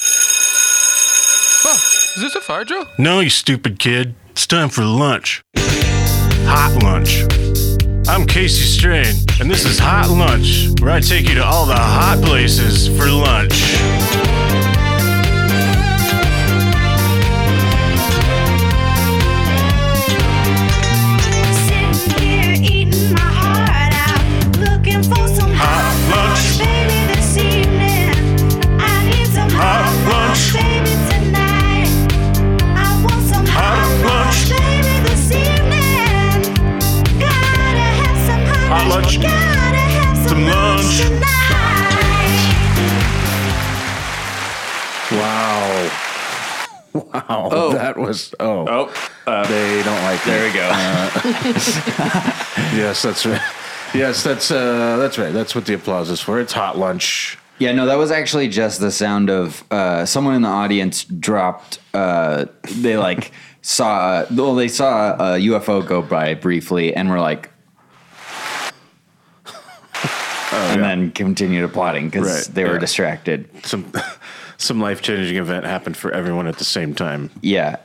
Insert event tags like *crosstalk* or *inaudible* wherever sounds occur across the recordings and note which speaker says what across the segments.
Speaker 1: Ah, Is this a fire drill?
Speaker 2: No, you stupid kid. It's time for lunch. Hot lunch. I'm Casey Strain, and this is Hot Lunch, where I take you to all the hot places for lunch.
Speaker 3: Sitting here eating my heart out, looking for some
Speaker 2: Hot lunch.
Speaker 3: baby this evening. I need some
Speaker 2: Hot lunch.
Speaker 3: baby tonight. I want some
Speaker 2: Hot lunch.
Speaker 3: baby this evening. Gotta have some hot,
Speaker 2: Hot lunch.
Speaker 3: Gotta have some,
Speaker 2: Some lunch.
Speaker 3: tonight.
Speaker 4: Wow. Wow. That was, oh.
Speaker 5: Oh,
Speaker 4: they don't like
Speaker 5: there
Speaker 4: me. Uh,
Speaker 5: we go.
Speaker 4: *laughs* Yes, that's right. Yes, that's uh, that's right. That's what the applause is for. It's hot lunch.
Speaker 6: Yeah, no, that was actually just the sound of uh, someone in the audience dropped. Uh, they like *laughs* saw, uh, well, they saw a UFO go by briefly, and
Speaker 4: *laughs*
Speaker 6: were like, and then continued applauding because
Speaker 4: Oh, Right,
Speaker 6: they were
Speaker 4: yeah.
Speaker 6: distracted.
Speaker 4: Some *laughs* some life changing event happened for everyone at the same time,
Speaker 6: Yeah,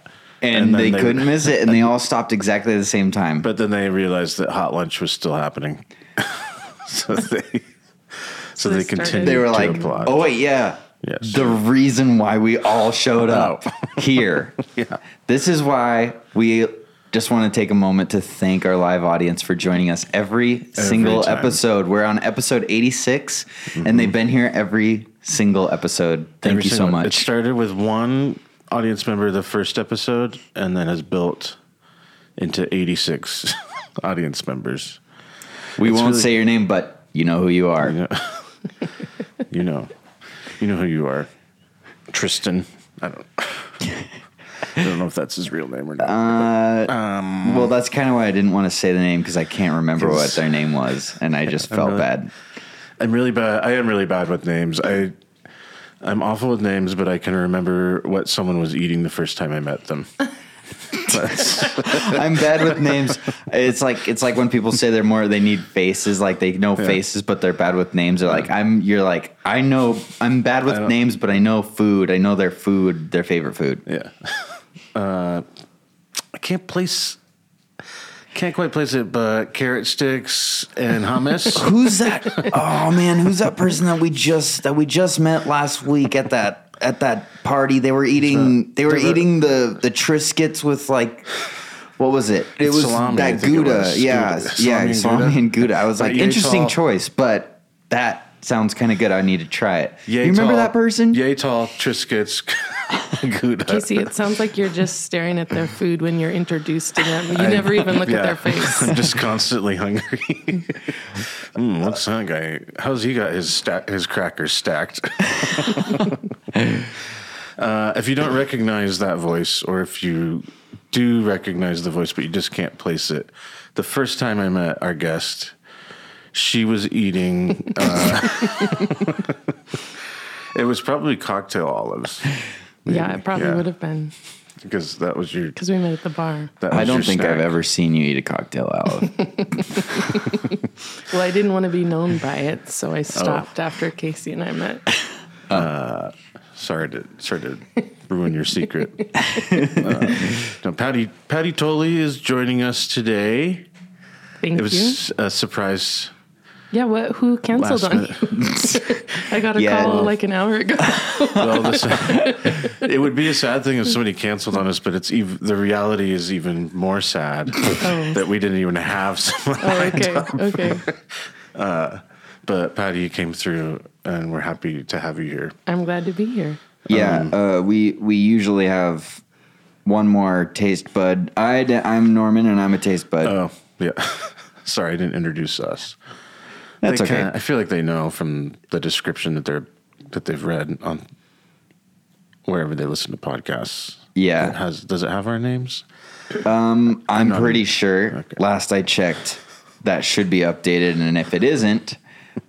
Speaker 6: and,
Speaker 4: And then
Speaker 6: they,
Speaker 4: they- *laughs*
Speaker 6: couldn't miss it, and they all stopped exactly at the same time.
Speaker 4: but then they realized that hot lunch was still happening, *laughs* so they so
Speaker 7: they
Speaker 4: they
Speaker 7: started-
Speaker 4: continued.
Speaker 6: they were
Speaker 4: to
Speaker 6: like,
Speaker 4: applaud.
Speaker 6: "Oh wait, yeah."
Speaker 4: Yes. Oh.
Speaker 6: The reason why we all showed up
Speaker 4: *laughs*
Speaker 6: here. This is why we just want to take a moment to thank our live audience for joining us every, single
Speaker 4: time. Mm-hmm.
Speaker 6: episode. We're on episode 86 and they've been here every single episode. Thank
Speaker 4: Every
Speaker 6: you so
Speaker 4: single- It
Speaker 6: much.
Speaker 4: started with one audience member the first episode, and then has built into eighty six *laughs* audience members.
Speaker 6: we won't
Speaker 4: really-
Speaker 6: say your name but you know who you are.
Speaker 4: You know, you know who you are, Tristan. I don't. *laughs* I don't know if that's his real name or not.
Speaker 6: Uh, Well, that's kind of why I didn't want to say the name because I can't remember what their name was and I
Speaker 4: *laughs*
Speaker 6: just felt
Speaker 4: really-
Speaker 6: bad.
Speaker 4: I'm really bad. I am really bad with names. I I'm awful with names, but I can remember what someone was eating the first time I met them. That's-
Speaker 6: *laughs* I'm bad with names. It's like it's like when people say they're more they need faces, like they know faces, but they're bad with names. They're like I'm. You're like I know I'm bad with
Speaker 4: don't-
Speaker 6: names, but I know food. I know their food, their favorite food.
Speaker 4: yeah. *laughs* Uh, I can't place. Can't quite place it, but carrot sticks and hummus.
Speaker 6: Who's that? oh man, who's that person that we just that we just met last week at that at that party? They were eating they were
Speaker 4: they're the-
Speaker 6: eating the the Triscuits with like. What was it? It was
Speaker 4: Salami, I
Speaker 6: that
Speaker 4: think it
Speaker 6: Gouda.
Speaker 4: was.
Speaker 6: Yeah,
Speaker 4: Gouda.
Speaker 6: yeah,
Speaker 4: Salami and
Speaker 6: salami
Speaker 4: Gouda.
Speaker 6: and Gouda. I was
Speaker 4: But
Speaker 6: like,
Speaker 4: you
Speaker 6: interesting
Speaker 4: tall.
Speaker 6: choice, but that sounds kind of good. I need to try it.
Speaker 4: Yay
Speaker 6: *laughs* you remember
Speaker 4: tall-
Speaker 6: that person?
Speaker 4: Yay tall Triscuits. *laughs* Gouda.
Speaker 7: Casey, it sounds like you're just staring at their food when you're introduced to them. You never even look at their
Speaker 4: *laughs*
Speaker 7: face.
Speaker 4: I'm just constantly hungry. *laughs* mm, what's that guy? How's he got his stack, his crackers stacked? *laughs* uh, if you don't recognize that voice, or if you do recognize the voice but you just can't place it, the first time I met our guest, she was eating. Uh, *laughs* it was probably cocktail olives
Speaker 7: Yeah, it probably
Speaker 4: Yeah.
Speaker 7: would have been
Speaker 4: because that was your.
Speaker 7: because we met at the bar.
Speaker 4: That was
Speaker 6: I don't
Speaker 4: your
Speaker 6: think I've
Speaker 4: snack.
Speaker 6: ever seen you eat a cocktail olive. *laughs*
Speaker 7: Well, I didn't want to be known by it, so
Speaker 4: Oh.
Speaker 7: I stopped after Casey and I met.
Speaker 4: Sorry to sorry to ruin your secret. uh, no, Patty Patty Tolley is joining us today.
Speaker 7: Thank
Speaker 4: It
Speaker 7: you.
Speaker 4: was a surprise.
Speaker 7: Yeah, what? Who canceled
Speaker 4: Last
Speaker 7: on you? I got a
Speaker 6: Yeah,
Speaker 7: call
Speaker 6: well-
Speaker 7: like an hour
Speaker 4: *laughs*
Speaker 7: ago. *laughs*
Speaker 4: Well, this, it would be a sad thing if somebody canceled on us, but it's ev- the reality is even more
Speaker 7: *laughs*
Speaker 4: sad that we didn't even have *laughs* someone.
Speaker 7: Oh, okay, okay.
Speaker 4: But Patty, you came through, and we're happy to have you here.
Speaker 7: I'm glad to be here.
Speaker 6: Yeah, uh, we we usually have one more taste bud. I d- I'm Norman and I'm a taste bud.
Speaker 4: Oh yeah, *laughs* sorry I didn't introduce us.
Speaker 6: That's
Speaker 4: They
Speaker 6: okay.
Speaker 4: kinda- I feel like they know from the description that they're that they've read on wherever they listen to podcasts.
Speaker 6: Yeah.
Speaker 4: It has does it have our names?
Speaker 6: I'm pretty sure. Last I checked, that should be updated, and if it isn't.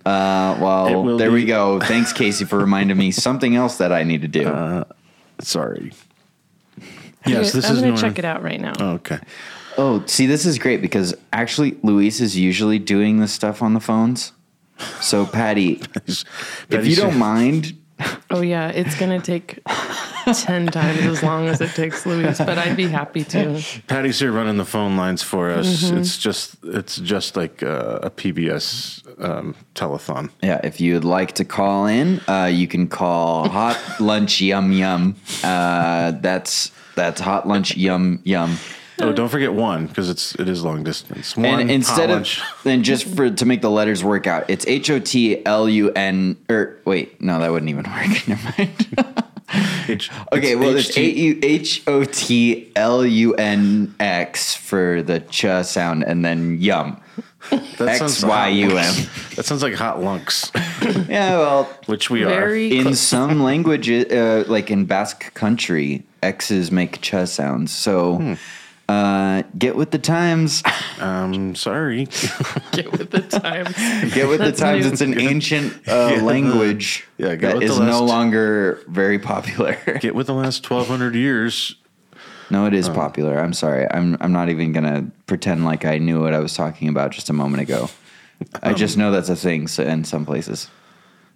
Speaker 6: Uh,
Speaker 4: It
Speaker 6: well,
Speaker 4: will
Speaker 6: there we
Speaker 4: be.
Speaker 6: go. Thanks, Casey, for
Speaker 4: *laughs*
Speaker 6: reminding me something else that I need to do.
Speaker 4: Uh-huh.
Speaker 7: *laughs*
Speaker 4: Sorry. Yes,
Speaker 7: I'm
Speaker 4: this is
Speaker 7: gonna
Speaker 4: Norman.
Speaker 7: check it out right now.
Speaker 4: Okay.
Speaker 6: Oh, see, this is great because actually Luis is usually doing this stuff on the phones. So Patty,
Speaker 4: He's- *laughs*
Speaker 6: if
Speaker 4: Patty's
Speaker 6: you don't
Speaker 4: here.
Speaker 6: mind,
Speaker 7: Oh yeah, it's gonna take ten times as long as it takes Luis, but I'd be happy
Speaker 4: *laughs*
Speaker 7: to.
Speaker 4: Patty's here running the phone lines for us.
Speaker 7: Mm-hmm.
Speaker 4: It's just it's just like uh, a PBS um, telethon.
Speaker 6: Yeah, if you'd like to call in, uh, you can call Hot Lunch Yum Yum. Uh, that's that's Hot Lunch Yum Yum.
Speaker 4: Oh, don't forget one because it's it is long distance. One
Speaker 6: And instead of
Speaker 4: college.
Speaker 6: *laughs* and just for to make the letters work out, it's H O T L U N or wait, no, that wouldn't even *laughs* work. Never mind.
Speaker 4: H-
Speaker 6: *laughs* Okay, well, it's
Speaker 4: HT
Speaker 6: H O T L U N X for the ch sound, and then yum.
Speaker 4: That sounds like hot
Speaker 6: XYUM.
Speaker 4: lunks. That sounds like hot lunks, *laughs*
Speaker 6: Yeah, well,
Speaker 4: which we
Speaker 7: Very
Speaker 4: *laughs*
Speaker 6: in some languages, uh, like in Basque country, X's make ch sounds. So
Speaker 4: Hmm.
Speaker 6: uh, get with the times.
Speaker 4: are. Um, sorry.
Speaker 7: get with the times.
Speaker 6: Get with the
Speaker 7: That's
Speaker 6: times.
Speaker 7: new.
Speaker 6: It's an
Speaker 4: *laughs*
Speaker 6: ancient uh, language
Speaker 4: Yeah, get
Speaker 6: that
Speaker 4: with the
Speaker 6: is no
Speaker 4: last-
Speaker 6: longer very popular. *laughs*
Speaker 4: Get with the last twelve hundred years.
Speaker 6: No, it is popular. I'm sorry. I'm I'm not even gonna pretend like I knew what I was talking about just a moment ago. I just know that's a thing so, in some places.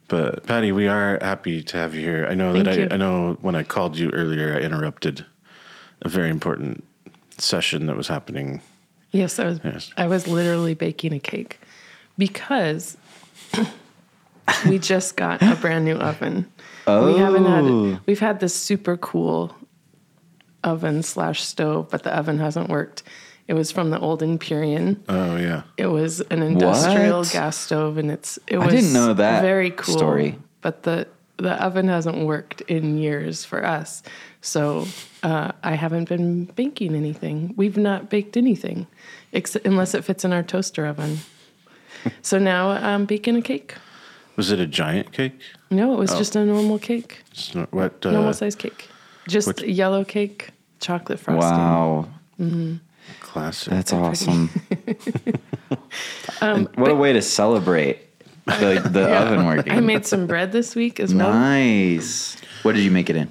Speaker 4: But Patty, we are happy to have you here. I know that
Speaker 7: Thank
Speaker 4: I,
Speaker 7: you.
Speaker 4: I know when I called you earlier, I interrupted a very important session that was happening.
Speaker 7: Yes, I was.
Speaker 4: Yes.
Speaker 7: I was literally baking a cake because *coughs* we just got a brand new oven. We haven't had. We've had this super cool oven slash stove, but the oven hasn't worked. It was from the old Empyrean.
Speaker 4: Oh yeah,
Speaker 7: It was an industrial
Speaker 6: What?
Speaker 7: gas stove, and it's it
Speaker 6: I
Speaker 7: was
Speaker 6: didn't know that
Speaker 7: very cool
Speaker 6: story.
Speaker 7: But the the oven hasn't worked in years for us, so uh, I haven't been baking anything. We've not baked anything, except, unless it fits in our toaster oven. so now I'm baking a cake.
Speaker 4: was it a giant cake?
Speaker 7: No, it
Speaker 6: Oh.
Speaker 7: was just a normal cake,
Speaker 4: It's not- What? Uh,
Speaker 7: normal size cake, just
Speaker 4: which-
Speaker 7: yellow cake, chocolate frosting.
Speaker 6: Wow,
Speaker 4: classic.
Speaker 6: that's *laughs* awesome. And
Speaker 7: Um,
Speaker 6: what a way to celebrate the
Speaker 7: *laughs*
Speaker 6: the oven
Speaker 7: I
Speaker 6: working.
Speaker 7: made some bread this week as well.
Speaker 6: Nice. What did you make it in?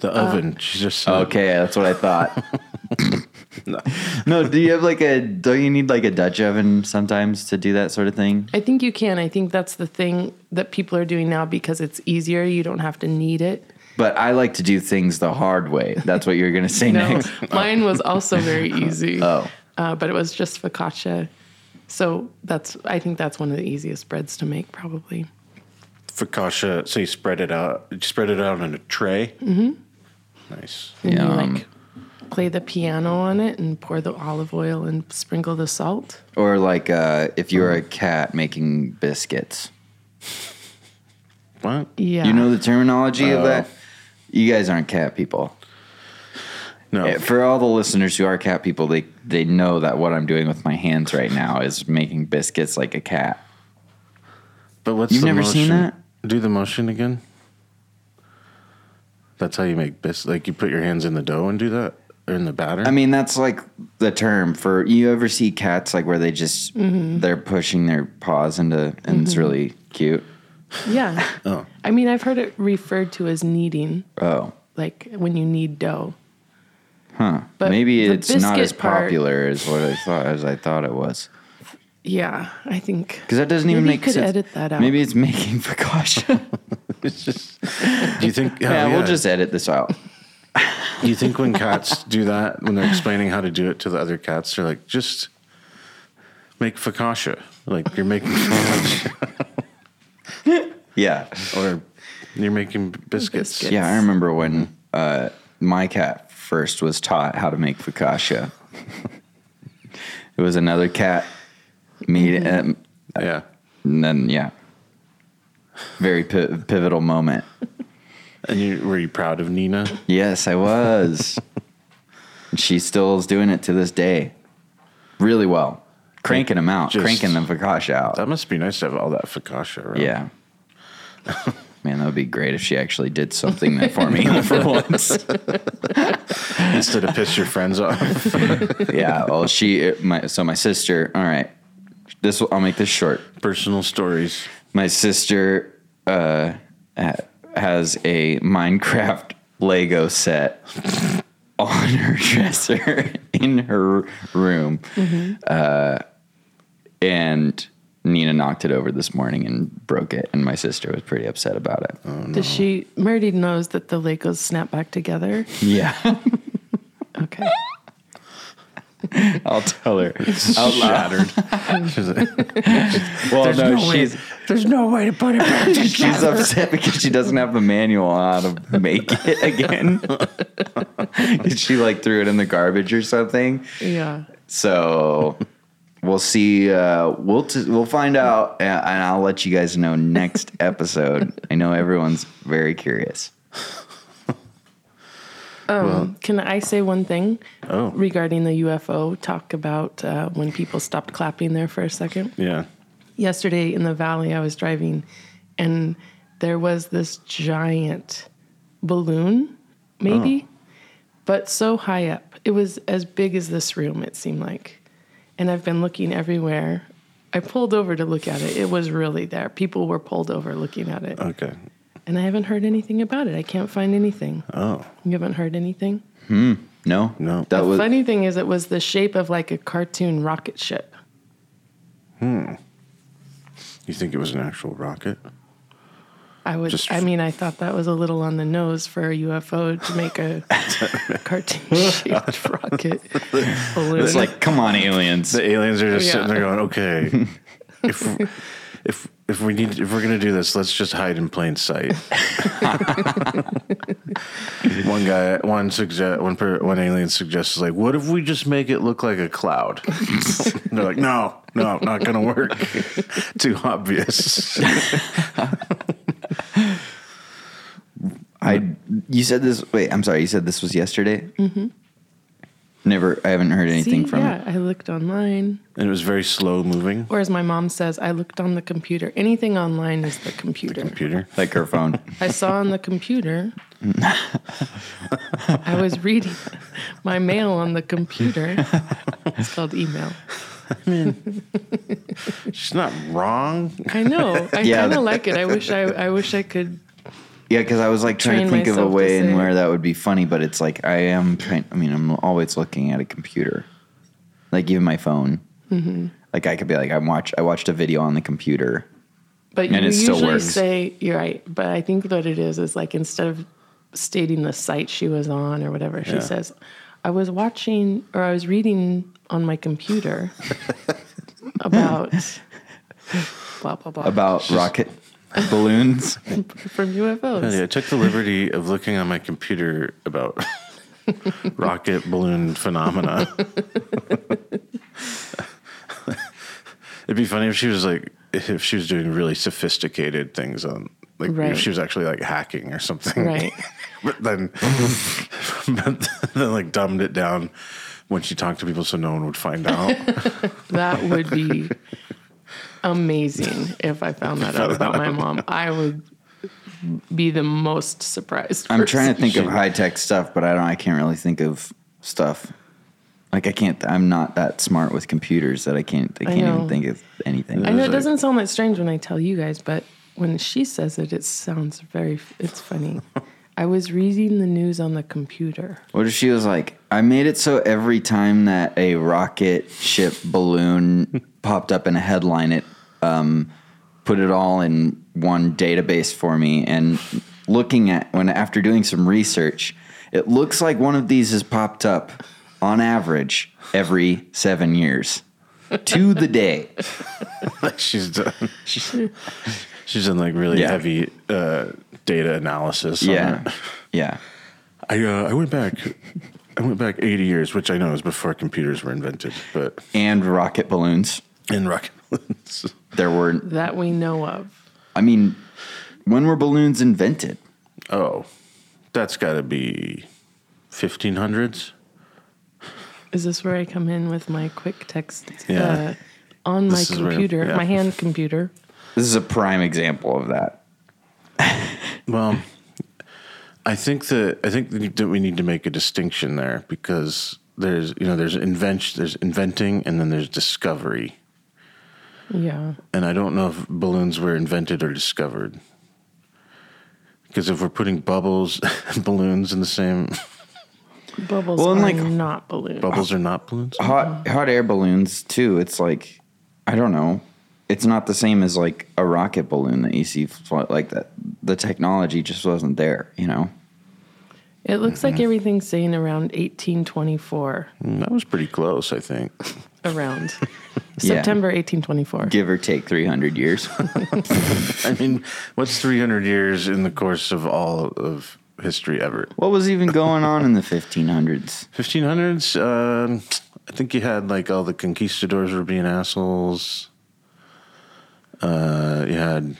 Speaker 4: the
Speaker 7: uh,
Speaker 4: oven. She just uh, said,
Speaker 6: Okay, that's what I thought. *laughs* no. do you have like a? Don't you need like a Dutch oven sometimes to do that sort of thing?
Speaker 7: I think you can. I think that's the thing that people are doing now because it's easier. You don't have to need it.
Speaker 6: *laughs* But I like to do things the hard way. That's what you're gonna say
Speaker 7: No,
Speaker 6: next.
Speaker 7: mine was also
Speaker 6: *laughs*
Speaker 7: very easy. Oh, uh, but it was just focaccia. So that's. I think that's one of the easiest breads to make, probably.
Speaker 4: focaccia. So you spread it out. You spread it out on a tray. Mm-hmm. Nice.
Speaker 7: And you
Speaker 6: Yum.
Speaker 7: like play the piano on it and pour the olive oil and sprinkle the salt.
Speaker 6: Or like uh, if you're
Speaker 7: Mm.
Speaker 6: a cat making biscuits.
Speaker 4: What?
Speaker 7: Yeah, Uh,
Speaker 6: You know the terminology of that? You guys aren't cat people.
Speaker 4: No.
Speaker 7: Oh.
Speaker 6: Eh, For all the listeners who are cat people, they, they know that what I'm doing with my hands right now is making biscuits like a cat.
Speaker 4: But what's
Speaker 6: You've
Speaker 4: the
Speaker 6: never
Speaker 4: motion?
Speaker 6: seen that?
Speaker 4: Do the motion again. That's how you make bis. Like you put your hands in the dough and do that, or in the batter.
Speaker 6: I mean, that's like the term for you ever see cats like where they just
Speaker 7: Mm-hmm.
Speaker 6: they're pushing their paws into and it's really cute.
Speaker 7: Yeah.
Speaker 6: *laughs*
Speaker 4: Oh.
Speaker 7: I mean, I've heard it referred to as kneading,
Speaker 6: Oh.
Speaker 7: like when you knead dough.
Speaker 6: Huh.
Speaker 7: But
Speaker 6: Maybe
Speaker 7: the
Speaker 6: it's not
Speaker 7: biscuit
Speaker 6: as
Speaker 7: part-
Speaker 6: popular as what I thought as I thought it was.
Speaker 7: Yeah, I think
Speaker 6: Because that doesn't even
Speaker 7: Maybe you
Speaker 6: make
Speaker 7: could
Speaker 6: sense.
Speaker 7: edit that out.
Speaker 6: Maybe it's making *laughs* focaccia.
Speaker 4: do you think?
Speaker 6: yeah,
Speaker 4: oh,
Speaker 6: we'll just edit this
Speaker 4: *laughs*
Speaker 6: out.
Speaker 4: Do you think when cats *laughs* do that, when they're explaining how to do it to the other cats, they're like, just make focaccia, like you're making *laughs* focaccia
Speaker 6: Yeah.
Speaker 4: or you're making biscuits.
Speaker 7: Biscuit.
Speaker 6: Yeah, I remember when uh, my cat first was taught how to make focaccia. *laughs* it was another cat meet, um,
Speaker 4: Yeah,
Speaker 6: and then yeah, very pi- pivotal moment.
Speaker 4: and you were you proud of Nina?
Speaker 6: Yes, I was. *laughs* And she still is doing it to this day, really well, cranking them out,
Speaker 4: Just-
Speaker 6: cranking the focaccia out.
Speaker 4: That must be nice to have all that focaccia. Around. *laughs*
Speaker 6: Yeah. Man, that would be great if she actually did something that for me *laughs* for once.
Speaker 4: instead of piss your friends off. *laughs*
Speaker 6: yeah. Well, she, uh, my, so my sister, all right, this will, I'll make this short.
Speaker 4: Personal stories. *laughs*
Speaker 6: My sister uh, ha- has a Minecraft Lego set on her *laughs* dresser in her room. Uh, and Nina knocked it over this morning and broke it, and my sister was pretty upset about it.
Speaker 7: Does she? Murdy knows that the Legos snap back together.
Speaker 6: Yeah, *laughs*
Speaker 7: Okay.
Speaker 6: I'll tell her. Out loud.
Speaker 4: Shattered.
Speaker 6: Well, no,
Speaker 4: no way-
Speaker 6: she's
Speaker 4: There's no way to put it back
Speaker 6: *laughs* she's upset because she doesn't have the manual on how to make
Speaker 4: *laughs*
Speaker 6: it again. 'Cause she like threw it in the garbage or something.
Speaker 7: Yeah.
Speaker 6: So we'll see. Uh, we'll t- we'll find out, a- and I'll let you guys know
Speaker 4: *laughs*
Speaker 6: next episode. I know everyone's very curious.
Speaker 7: Can I say one thing
Speaker 4: Oh.
Speaker 7: regarding the UFO talk about uh, when people stopped clapping there for a second?
Speaker 4: Yeah.
Speaker 7: Yesterday in the valley, I was driving and there was this giant balloon, maybe, but so high up. It was as big as this room, it seemed like. And I've been looking everywhere. I pulled over to look at it. It was really there. People were pulled over looking at it.
Speaker 4: Okay.
Speaker 7: And I haven't heard anything about it. I can't find anything. Oh. You haven't heard anything?
Speaker 6: No,
Speaker 4: No.
Speaker 6: that was
Speaker 7: Funny thing is, it was the shape of like a cartoon rocket ship.
Speaker 4: You think it was an actual rocket?
Speaker 7: I would.
Speaker 4: Just-
Speaker 7: I mean, I thought that was a little on the nose for a UFO to
Speaker 6: *laughs*
Speaker 7: make a cartoon-shaped rocket balloon.
Speaker 6: it's like come on aliens. *laughs*
Speaker 4: The aliens are just
Speaker 7: Yeah.
Speaker 4: sitting there going, "Okay, if if if we need if we're gonna do this, let's just hide in plain sight." one guy, one suggest one per, one alien suggests like, "What if we just make it look like a cloud?" And they're like, "No, no, not gonna work. Too obvious."
Speaker 6: I you said this. Wait, I'm sorry. You said this was yesterday. Mm-hmm. Never. I haven't heard anything
Speaker 7: See,
Speaker 6: from
Speaker 7: yeah,
Speaker 6: it.
Speaker 7: I looked online,
Speaker 4: and it was very slow moving.
Speaker 7: or as my mom says, I looked on the computer. Anything online is the computer.
Speaker 4: Computer.
Speaker 6: Like
Speaker 4: *laughs*
Speaker 6: her phone.
Speaker 7: I saw on the computer. I
Speaker 6: *laughs*
Speaker 7: was reading my mail on the computer. It's called email.
Speaker 4: She's not wrong.
Speaker 7: I know. I
Speaker 6: Yeah.
Speaker 7: kind of like it. I wish I. I wish I could.
Speaker 6: Yeah, because I was like trying to
Speaker 7: Train
Speaker 6: think of a
Speaker 7: myself to
Speaker 6: way
Speaker 7: say
Speaker 6: and
Speaker 7: it.
Speaker 6: where that would be funny, but it's like I am trying. I mean, I'm always looking at a computer, like even my phone.
Speaker 7: Mm-hmm.
Speaker 6: Like I could be like, I watch. I watched a video on the computer.
Speaker 7: But
Speaker 6: And
Speaker 7: you
Speaker 6: it still
Speaker 7: usually
Speaker 6: works.
Speaker 7: say you're right. But I think what it is is like instead of stating the site she was on or whatever, she says, "I was watching or I was reading on
Speaker 6: *laughs*
Speaker 7: my computer about blah blah blah
Speaker 6: about rocket *laughs* balloons.
Speaker 7: from UFOs."
Speaker 4: Yeah, I took the liberty of looking on my computer about *laughs* rocket balloon phenomena. It'd be funny if she was like, if she was doing really sophisticated things on, like,
Speaker 7: Right.
Speaker 4: if she was actually like hacking or something.
Speaker 7: Right.
Speaker 4: *laughs* but then, but then like dumbed it down when she talked to people so no one would find
Speaker 7: *laughs*
Speaker 4: out.
Speaker 7: That would be amazing if I found that out about my mom. I would be the most surprised.
Speaker 6: I'm trying to
Speaker 7: person.
Speaker 6: think of high tech stuff, but I don't. I can't really think of stuff. Like I can't. I'm not that smart with computers that I can't. I can't even
Speaker 7: know.
Speaker 6: think of anything.
Speaker 7: I know it
Speaker 4: like-
Speaker 7: doesn't sound that strange when I tell you guys, but when she says it, it sounds very. It's funny. I was reading the news on the computer.
Speaker 6: What if she was like, I made it so every time that a rocket ship balloon popped up in a headline, it um, put it all in one database for me. And looking at when after doing some research, it looks like one of these has popped up on average every seven years to the day.
Speaker 4: she's done. She's done like really
Speaker 6: Yeah.
Speaker 4: heavy uh, data analysis. on
Speaker 6: Yeah,
Speaker 4: it.
Speaker 6: yeah.
Speaker 4: I uh, I went back. I went back 80 years, which I know is before computers were invented, but
Speaker 6: And rocket balloons.
Speaker 4: in rocket balloons.
Speaker 6: There were.
Speaker 7: That we know of.
Speaker 6: I mean, when were balloons invented?
Speaker 4: *laughs* Oh, that's got to be 1500s.
Speaker 7: Is this where I come in with my quick text?
Speaker 4: Yeah.
Speaker 7: Uh, on
Speaker 4: This
Speaker 7: my
Speaker 4: is where-
Speaker 7: computer,
Speaker 4: yeah.
Speaker 7: my hand computer.
Speaker 6: This is a prime example of that.
Speaker 4: Well, I think that I think that we need to make a distinction there because there's you know there's invention, there's inventing, and then there's discovery.
Speaker 7: Yeah.
Speaker 4: And I don't know if balloons were invented or discovered. Because if we're putting bubbles, *laughs* balloons in the same
Speaker 7: Bubbles
Speaker 6: Well,
Speaker 7: are
Speaker 6: and like-
Speaker 7: not balloons.
Speaker 4: bubbles are not balloons.
Speaker 6: hot hot air balloons too. It's like I don't know. it's not the same as like a rocket balloon that you see fly, like that. The technology just wasn't there, you know.
Speaker 7: It looks
Speaker 6: Mm-hmm.
Speaker 7: like everything's saying around 1824.
Speaker 4: That was pretty close, I think.
Speaker 7: Around
Speaker 6: *laughs* Yeah.
Speaker 7: September 1824.
Speaker 6: Give or take three hundred years. *laughs*
Speaker 4: I mean, what's 300 years in the course of all of history ever?
Speaker 6: what was even going on in the fifteen hundreds?
Speaker 4: 1500s? Um, I think you had like all the conquistadors were being assholes. Uh, you had,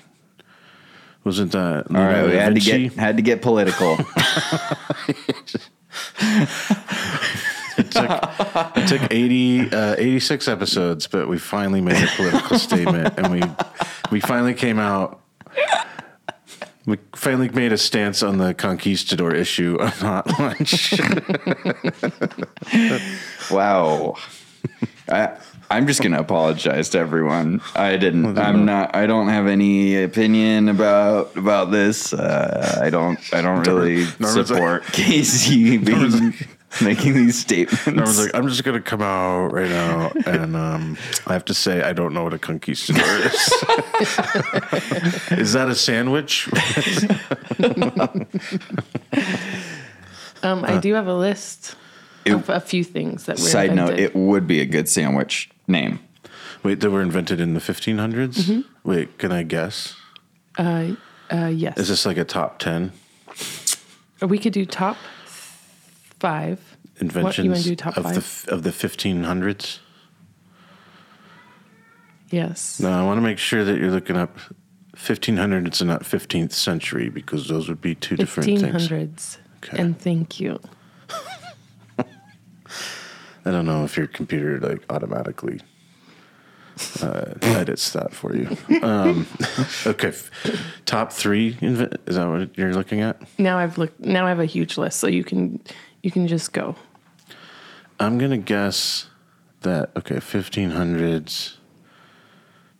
Speaker 4: wasn't that?
Speaker 6: All right, we had to
Speaker 4: Vinci?
Speaker 6: get had to get *laughs* political.
Speaker 4: It took 80, uh, 86 episodes, but we finally made a political statement and we we finally came out. We finally made a stance on the conquistador issue *laughs* on hot lunch.
Speaker 6: Wow. *laughs* I, I'm just gonna apologize to everyone. I didn't. I'm not. I don't have any opinion about about this. Uh, I don't. I don't really
Speaker 4: Norman's like-
Speaker 6: support *laughs* Casey being, making these
Speaker 4: I was
Speaker 6: statements.
Speaker 4: like, I'm just gonna come out right now, and um, I have to say, I don't know what a conquistador is. is *laughs* that a sandwich?
Speaker 7: Um, I do have a list
Speaker 6: uh, It-
Speaker 7: of a few things
Speaker 4: "Oh,
Speaker 7: that were
Speaker 6: Side note:
Speaker 7: invented.
Speaker 6: It would be a good sandwich name.
Speaker 4: Wait, they were invented in the 1500s.
Speaker 7: Mm-hmm.
Speaker 4: Wait, can I guess?
Speaker 7: uh, uh, yes.
Speaker 4: Is this like a top ten
Speaker 7: Or we could do top five. What,
Speaker 4: inventions
Speaker 7: you want to do top
Speaker 4: of
Speaker 7: five?
Speaker 4: the f- of the 1500s?
Speaker 7: yes.
Speaker 4: No, I want to make sure that you're looking up 1500s and not 15th century because those would be two different things.
Speaker 7: 1500s.
Speaker 4: Okay.
Speaker 7: And thank you.
Speaker 4: I don't know if your computer like automatically uh, edits that for you. Um, *laughs* okay, f- top three inve- is that what you're looking at?
Speaker 7: Now I've looked. Now I have a huge list, so you can you can just go.
Speaker 4: I'm gonna guess that okay, 1500s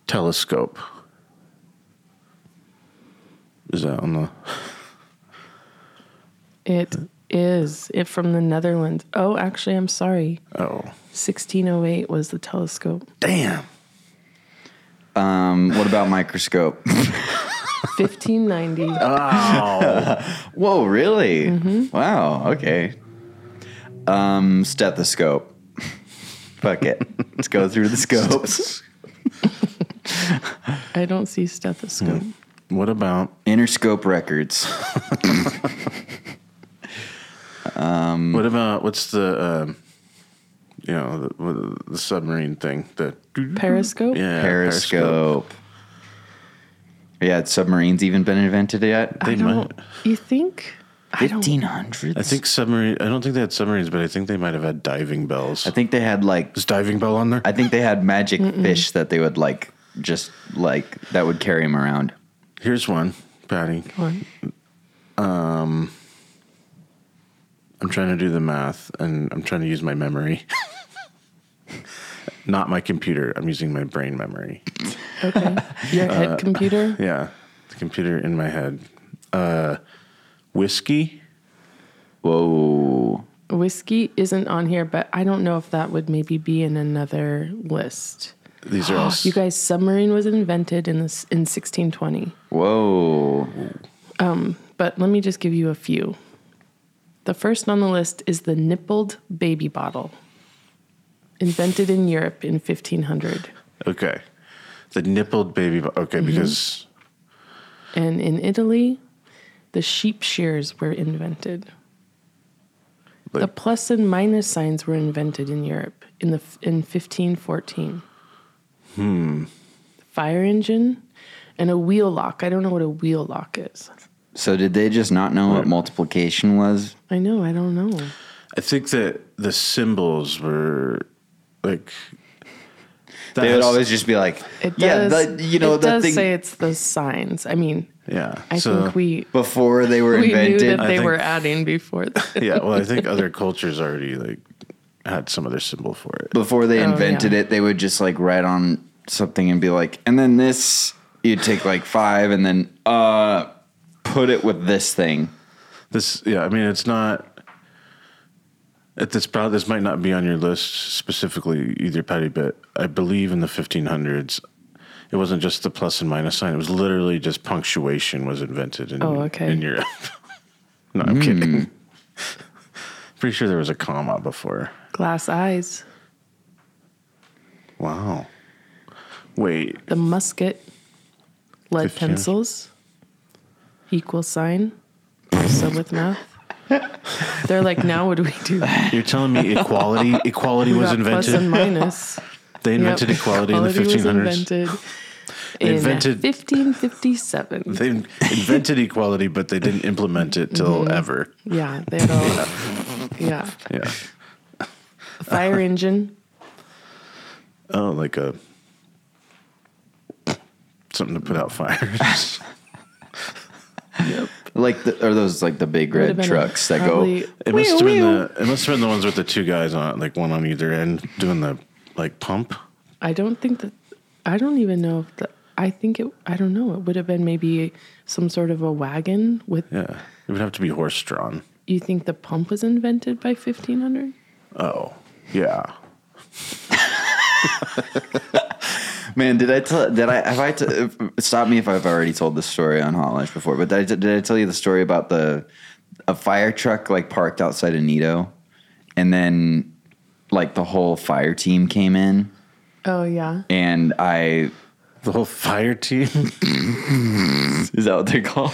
Speaker 4: telescope. Is that on the?
Speaker 7: It is it from the Netherlands. Oh, actually, I'm sorry.
Speaker 4: Oh,
Speaker 7: 1608 was the telescope.
Speaker 4: damn!
Speaker 6: Um, what about
Speaker 4: *laughs*
Speaker 6: microscope?
Speaker 7: 1590.
Speaker 4: Oh.
Speaker 6: Whoa, really?
Speaker 4: Mm-hmm.
Speaker 6: Wow. Okay. Um, stethoscope. Fuck it. Let's go through the scopes.
Speaker 4: *laughs*
Speaker 7: I don't see stethoscope.
Speaker 4: Hmm. What about
Speaker 6: Interscope Records.
Speaker 4: What about what's the um, you know the, the submarine thing? The
Speaker 7: Periscope.
Speaker 4: Hmm. yeah,
Speaker 6: Periscope. Yeah, had submarines even been invented yet?
Speaker 7: I
Speaker 4: They
Speaker 7: don't.
Speaker 4: might.
Speaker 7: You think? I don't.
Speaker 6: 1500s.
Speaker 4: I think submarine. I don't think they had submarines, but I think they might have had diving bells.
Speaker 6: I think they had like
Speaker 4: Is diving bell on there?
Speaker 6: I think they had magic fish that they would like just like that would carry them around.
Speaker 4: Here's one, Patty.
Speaker 7: One.
Speaker 4: I'm trying to do the math, and I'm trying to use my memory. *laughs* Not my computer. I'm using my brain memory.
Speaker 7: Okay. Your
Speaker 4: Uh,
Speaker 7: head computer.
Speaker 4: Yeah, the computer in my head. Uh, whiskey.
Speaker 6: Whoa.
Speaker 7: Whiskey isn't on here, but I don't know if that would maybe be in another list.
Speaker 4: These are all. s-
Speaker 7: You guys, submarine was invented in this in 1620.
Speaker 6: Whoa.
Speaker 7: But let me just give you a few. The first on the list is the nippled baby bottle, invented in Europe in 1500
Speaker 4: okay, the nippled baby. bo- Okay, because.
Speaker 7: and in Italy, the sheep shears were invented. the
Speaker 4: Like-
Speaker 7: plus and minus signs were invented in Europe in the in 1514. Hmm. Fire engine and a wheel lock. I don't know what a wheel lock is.
Speaker 6: So did they just not know what multiplication was?
Speaker 7: I know, I don't know.
Speaker 4: I think that the symbols were like that
Speaker 6: They would
Speaker 4: has-
Speaker 6: always just be like,
Speaker 7: It
Speaker 6: yeah,
Speaker 7: does,
Speaker 6: the, you know,
Speaker 7: it
Speaker 6: the
Speaker 7: does
Speaker 6: thing
Speaker 7: say it's the signs. I mean,
Speaker 4: yeah.
Speaker 7: I
Speaker 4: so,
Speaker 7: think we
Speaker 6: before they were
Speaker 7: we knew
Speaker 6: invented.
Speaker 7: that they
Speaker 4: think-
Speaker 7: were adding before. that.
Speaker 4: yeah. Well, I think other cultures already like had some other symbol for it.
Speaker 6: before they invented
Speaker 7: Oh, yeah.
Speaker 6: it, they would just like write on something and be like, and then this, you'd take like five and then uh put it with this thing.
Speaker 4: This yeah. I mean, it's not. At this proud, this might not be on your list specifically either, Patty. But I believe in the 1500s, It wasn't just the plus and minus sign. It was literally just punctuation was invented in,
Speaker 7: Oh, okay.
Speaker 4: in Europe. *laughs* no, I'm kidding. *laughs* Pretty sure there was a comma before.
Speaker 7: Glass eyes.
Speaker 4: Wow. Wait,
Speaker 7: The musket. Lead
Speaker 4: Fifteen.
Speaker 7: pencils. Equal sign. so with math. They're like, now what do we do?
Speaker 4: you're telling me
Speaker 7: *laughs*
Speaker 4: equality equality was
Speaker 7: About Plus and
Speaker 4: invented?
Speaker 7: minus.
Speaker 4: They *laughs* invented
Speaker 7: Yep.
Speaker 4: equality in the
Speaker 7: Equality was
Speaker 4: 1500s.
Speaker 7: Invented
Speaker 4: They
Speaker 7: in
Speaker 4: invented-
Speaker 7: 1557.
Speaker 4: They invented equality, but they didn't implement it till
Speaker 7: Mm-hmm.
Speaker 4: ever.
Speaker 7: yeah, they had all. yeah,
Speaker 4: Yeah. *laughs*
Speaker 7: fire engine.
Speaker 4: Oh, like a something to put out *laughs* fires.
Speaker 6: Like, the, are those like the big
Speaker 7: Would have
Speaker 6: red
Speaker 7: been
Speaker 6: trucks that go?
Speaker 7: probably-
Speaker 4: It must have been the it must have been the ones with the two guys on it, like one on either end doing the like pump.
Speaker 7: I don't think that. I don't even know if the. I think it. I don't know. It would have been maybe some sort of a wagon with.
Speaker 4: Yeah. It would have to be horse drawn.
Speaker 7: You think the pump was invented by 1500?
Speaker 4: Oh. Yeah.
Speaker 6: Man, did I tell? Did I have I? T- if- stop me if I've already told this story on Hot Lunch before. But did I, t- did I tell you the story about the a fire truck like parked outside of Nito, and then like the whole fire team came in,
Speaker 7: Oh yeah.
Speaker 6: and I
Speaker 4: The whole fire team.
Speaker 6: is that what they're called?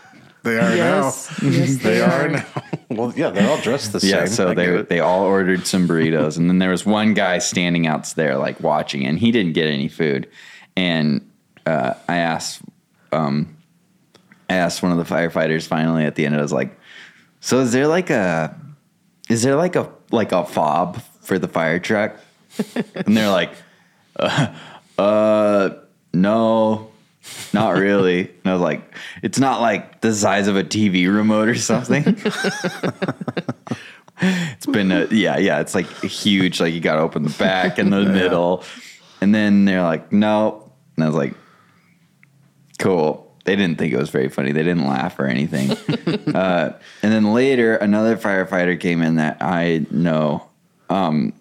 Speaker 4: *laughs* they are
Speaker 7: yes. Yes, they, are.
Speaker 4: now. *laughs* well, yeah, they're all dressed the same.
Speaker 6: Yeah, so
Speaker 4: I get
Speaker 6: they
Speaker 4: it.
Speaker 6: they all ordered some burritos, and then there was one guy standing out there like watching, and he didn't get any food. And uh, I asked, um, I asked one of the firefighters finally at the end. I was like, "So is there like a, is there like a like a fob for the
Speaker 4: *laughs*
Speaker 6: fire truck?" and they're like, uh, uh no." Not really. And I was like, it's not like the size of a TV remote or something. It's been a yeah, yeah. It's like huge. Like you got to open the back and the middle, and then they're like, no. And I was like, cool. They didn't think it was very funny. They didn't laugh or anything. uh, and then later, another firefighter came in that I know, um,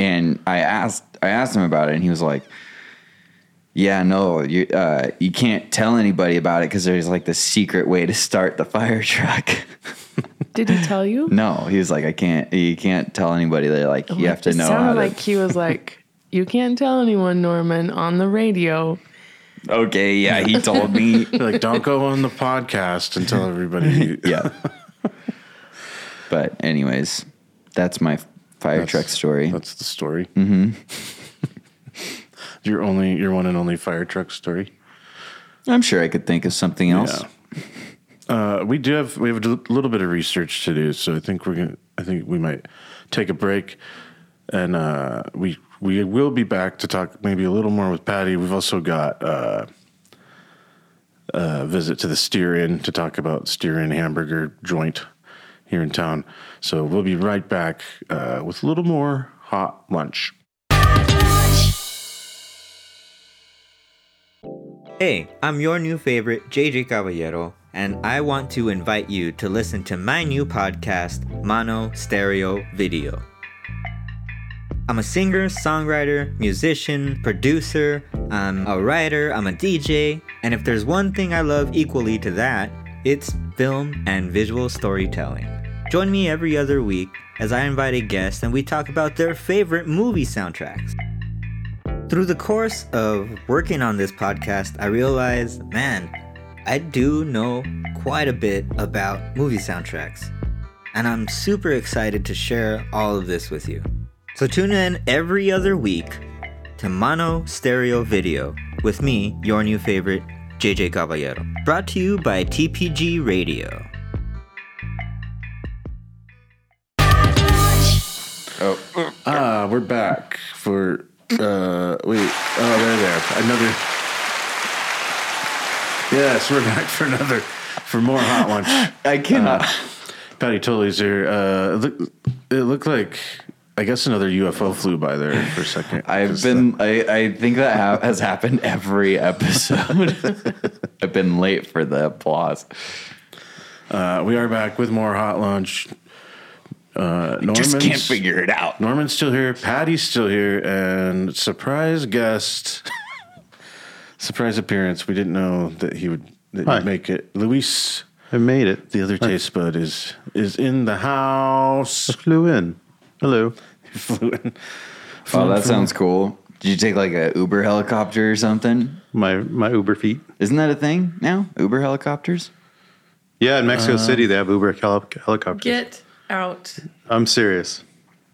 Speaker 6: and I asked I asked him about it, and he was like. Yeah, no, you uh, you can't tell anybody about it because there's like the secret way to start the fire truck. *laughs*
Speaker 7: Did he tell you?
Speaker 6: No, he was like, I can't. You can't tell anybody. They like *laughs* you have to
Speaker 7: It
Speaker 6: know.
Speaker 7: sounded
Speaker 6: How to,
Speaker 7: like he was like, "You can't tell anyone, Norman, on the radio."
Speaker 6: okay, yeah, he told *laughs* me.
Speaker 4: They're like don't go on the podcast and tell everybody. *laughs*
Speaker 6: yeah. But anyways, that's my fire
Speaker 4: That's-
Speaker 6: truck story.
Speaker 4: That's the story. Mm-hmm. your only, your one and only fire truck story.
Speaker 6: I'm sure I could think of something else.
Speaker 4: Uh, we do have we have a l- little bit of research to do, so I think we're gonna. I think we might take a break, and uh, we we will be back to talk maybe a little more with Patty. We've also got uh, a visit to the steer-in to talk about steer-in hamburger joint here in town. So we'll be right back uh, with a little more hot lunch.
Speaker 1: Hey, I'm your new favorite, JJ Caballero, and I want to invite you to listen to my new podcast, Mono Stereo Video. I'm a singer, songwriter, musician, producer, I'm a writer, I'm a DJ, and if there's one thing I love equally to that, it's film and visual storytelling. Join me every other week as I invite a guest and we talk about their favorite movie soundtracks. Through the course of working on this podcast, I realized, man, I do know quite a bit about movie soundtracks. And I'm super excited to share all of this with you. So tune in every other week to Mono Stereo Video with me, your new favorite, JJ Caballero. Brought to you by TPG Radio.
Speaker 4: Ah, we're back for uh wait. Oh, there there. Another Yes, we're back for another for more hot lunch.
Speaker 6: I
Speaker 4: Uh,
Speaker 6: cannot.
Speaker 4: Patty Tully's here. Uh look, it looked like I guess another UFO flew by there for a second.
Speaker 6: I've
Speaker 4: 'Cause
Speaker 6: been. I, I think that ha- has happened every episode. *laughs* I've been late for the applause.
Speaker 4: uh, we are back with more hot lunch. Uh Norman's,
Speaker 6: Just can't figure it out.
Speaker 4: Norman's still here, Patty's still here, and surprise guest surprise appearance. We didn't know that he would that
Speaker 5: Hi.
Speaker 4: he'd make it. Luis,
Speaker 5: I made it.
Speaker 4: the other taste bud, is is in the house.
Speaker 5: flew in. Hello.
Speaker 4: Flew in.
Speaker 6: Oh, that sounds cool. Did you take like a Uber helicopter or something?
Speaker 5: My my Uber feet.
Speaker 6: Isn't that a thing now? Uber helicopters?
Speaker 5: Yeah, in Mexico City they have Uber heli- helicopters.
Speaker 7: Get out.
Speaker 5: I'm serious.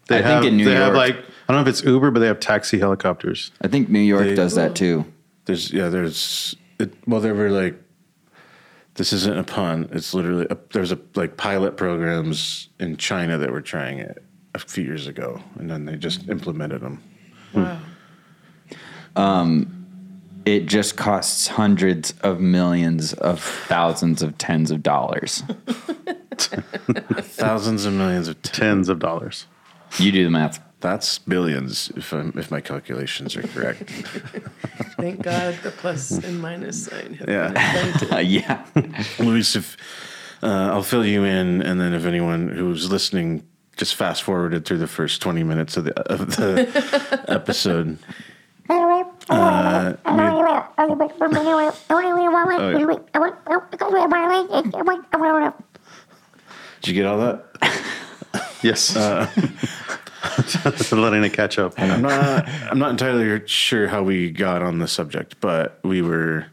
Speaker 5: They
Speaker 6: I think
Speaker 5: have,
Speaker 6: in New
Speaker 5: they have
Speaker 6: York-
Speaker 5: like I don't know if it's Uber, but they have taxi helicopters.
Speaker 6: I think New York
Speaker 4: They-
Speaker 6: does that too.
Speaker 4: There's yeah. There's it, well, there were like this isn't a pun. It's literally a, there's a like pilot programs in China that were trying it a few years ago, and then they just implemented them.
Speaker 6: It just costs hundreds of millions of thousands of tens of dollars.
Speaker 4: Thousands and millions of t-
Speaker 5: Tens of dollars.
Speaker 6: You do the math.
Speaker 4: that's billions if I'm, if my calculations are correct.
Speaker 7: Thank God the plus and minus sign. have
Speaker 4: Yeah.
Speaker 7: been invented.
Speaker 6: Uh, yeah.
Speaker 4: Luis, if uh, I'll fill you in, and then if anyone who's listening just fast forwarded through the first twenty minutes of the of the episode. Uh, we- did you get all that?
Speaker 5: *laughs* Yes.
Speaker 6: Uh,
Speaker 5: *laughs* Letting it catch up.
Speaker 4: I'm not. I'm not entirely sure how we got on the subject, but we were.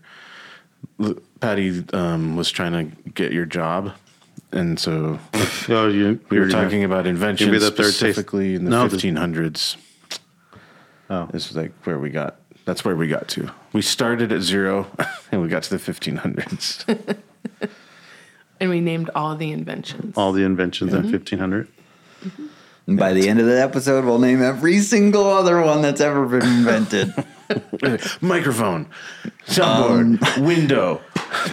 Speaker 4: L- Patty um, was trying to get your job, and so
Speaker 5: Oh, you,
Speaker 4: we were
Speaker 5: you're gonna-
Speaker 4: talking about inventions
Speaker 5: the third taste.
Speaker 4: specifically in the
Speaker 5: No, the-
Speaker 4: 1500s.
Speaker 5: Oh.
Speaker 4: This is like where we got. That's where we got to. We started at zero, *laughs* and we got to the 1500s.
Speaker 7: and we named all the inventions.
Speaker 5: all the inventions
Speaker 6: Mm-hmm.
Speaker 5: in 1500.
Speaker 6: And by the end of the episode, we'll name every single other one that's ever been invented.
Speaker 4: *laughs* Microphone, soundboard,
Speaker 5: Um.
Speaker 4: *laughs* window,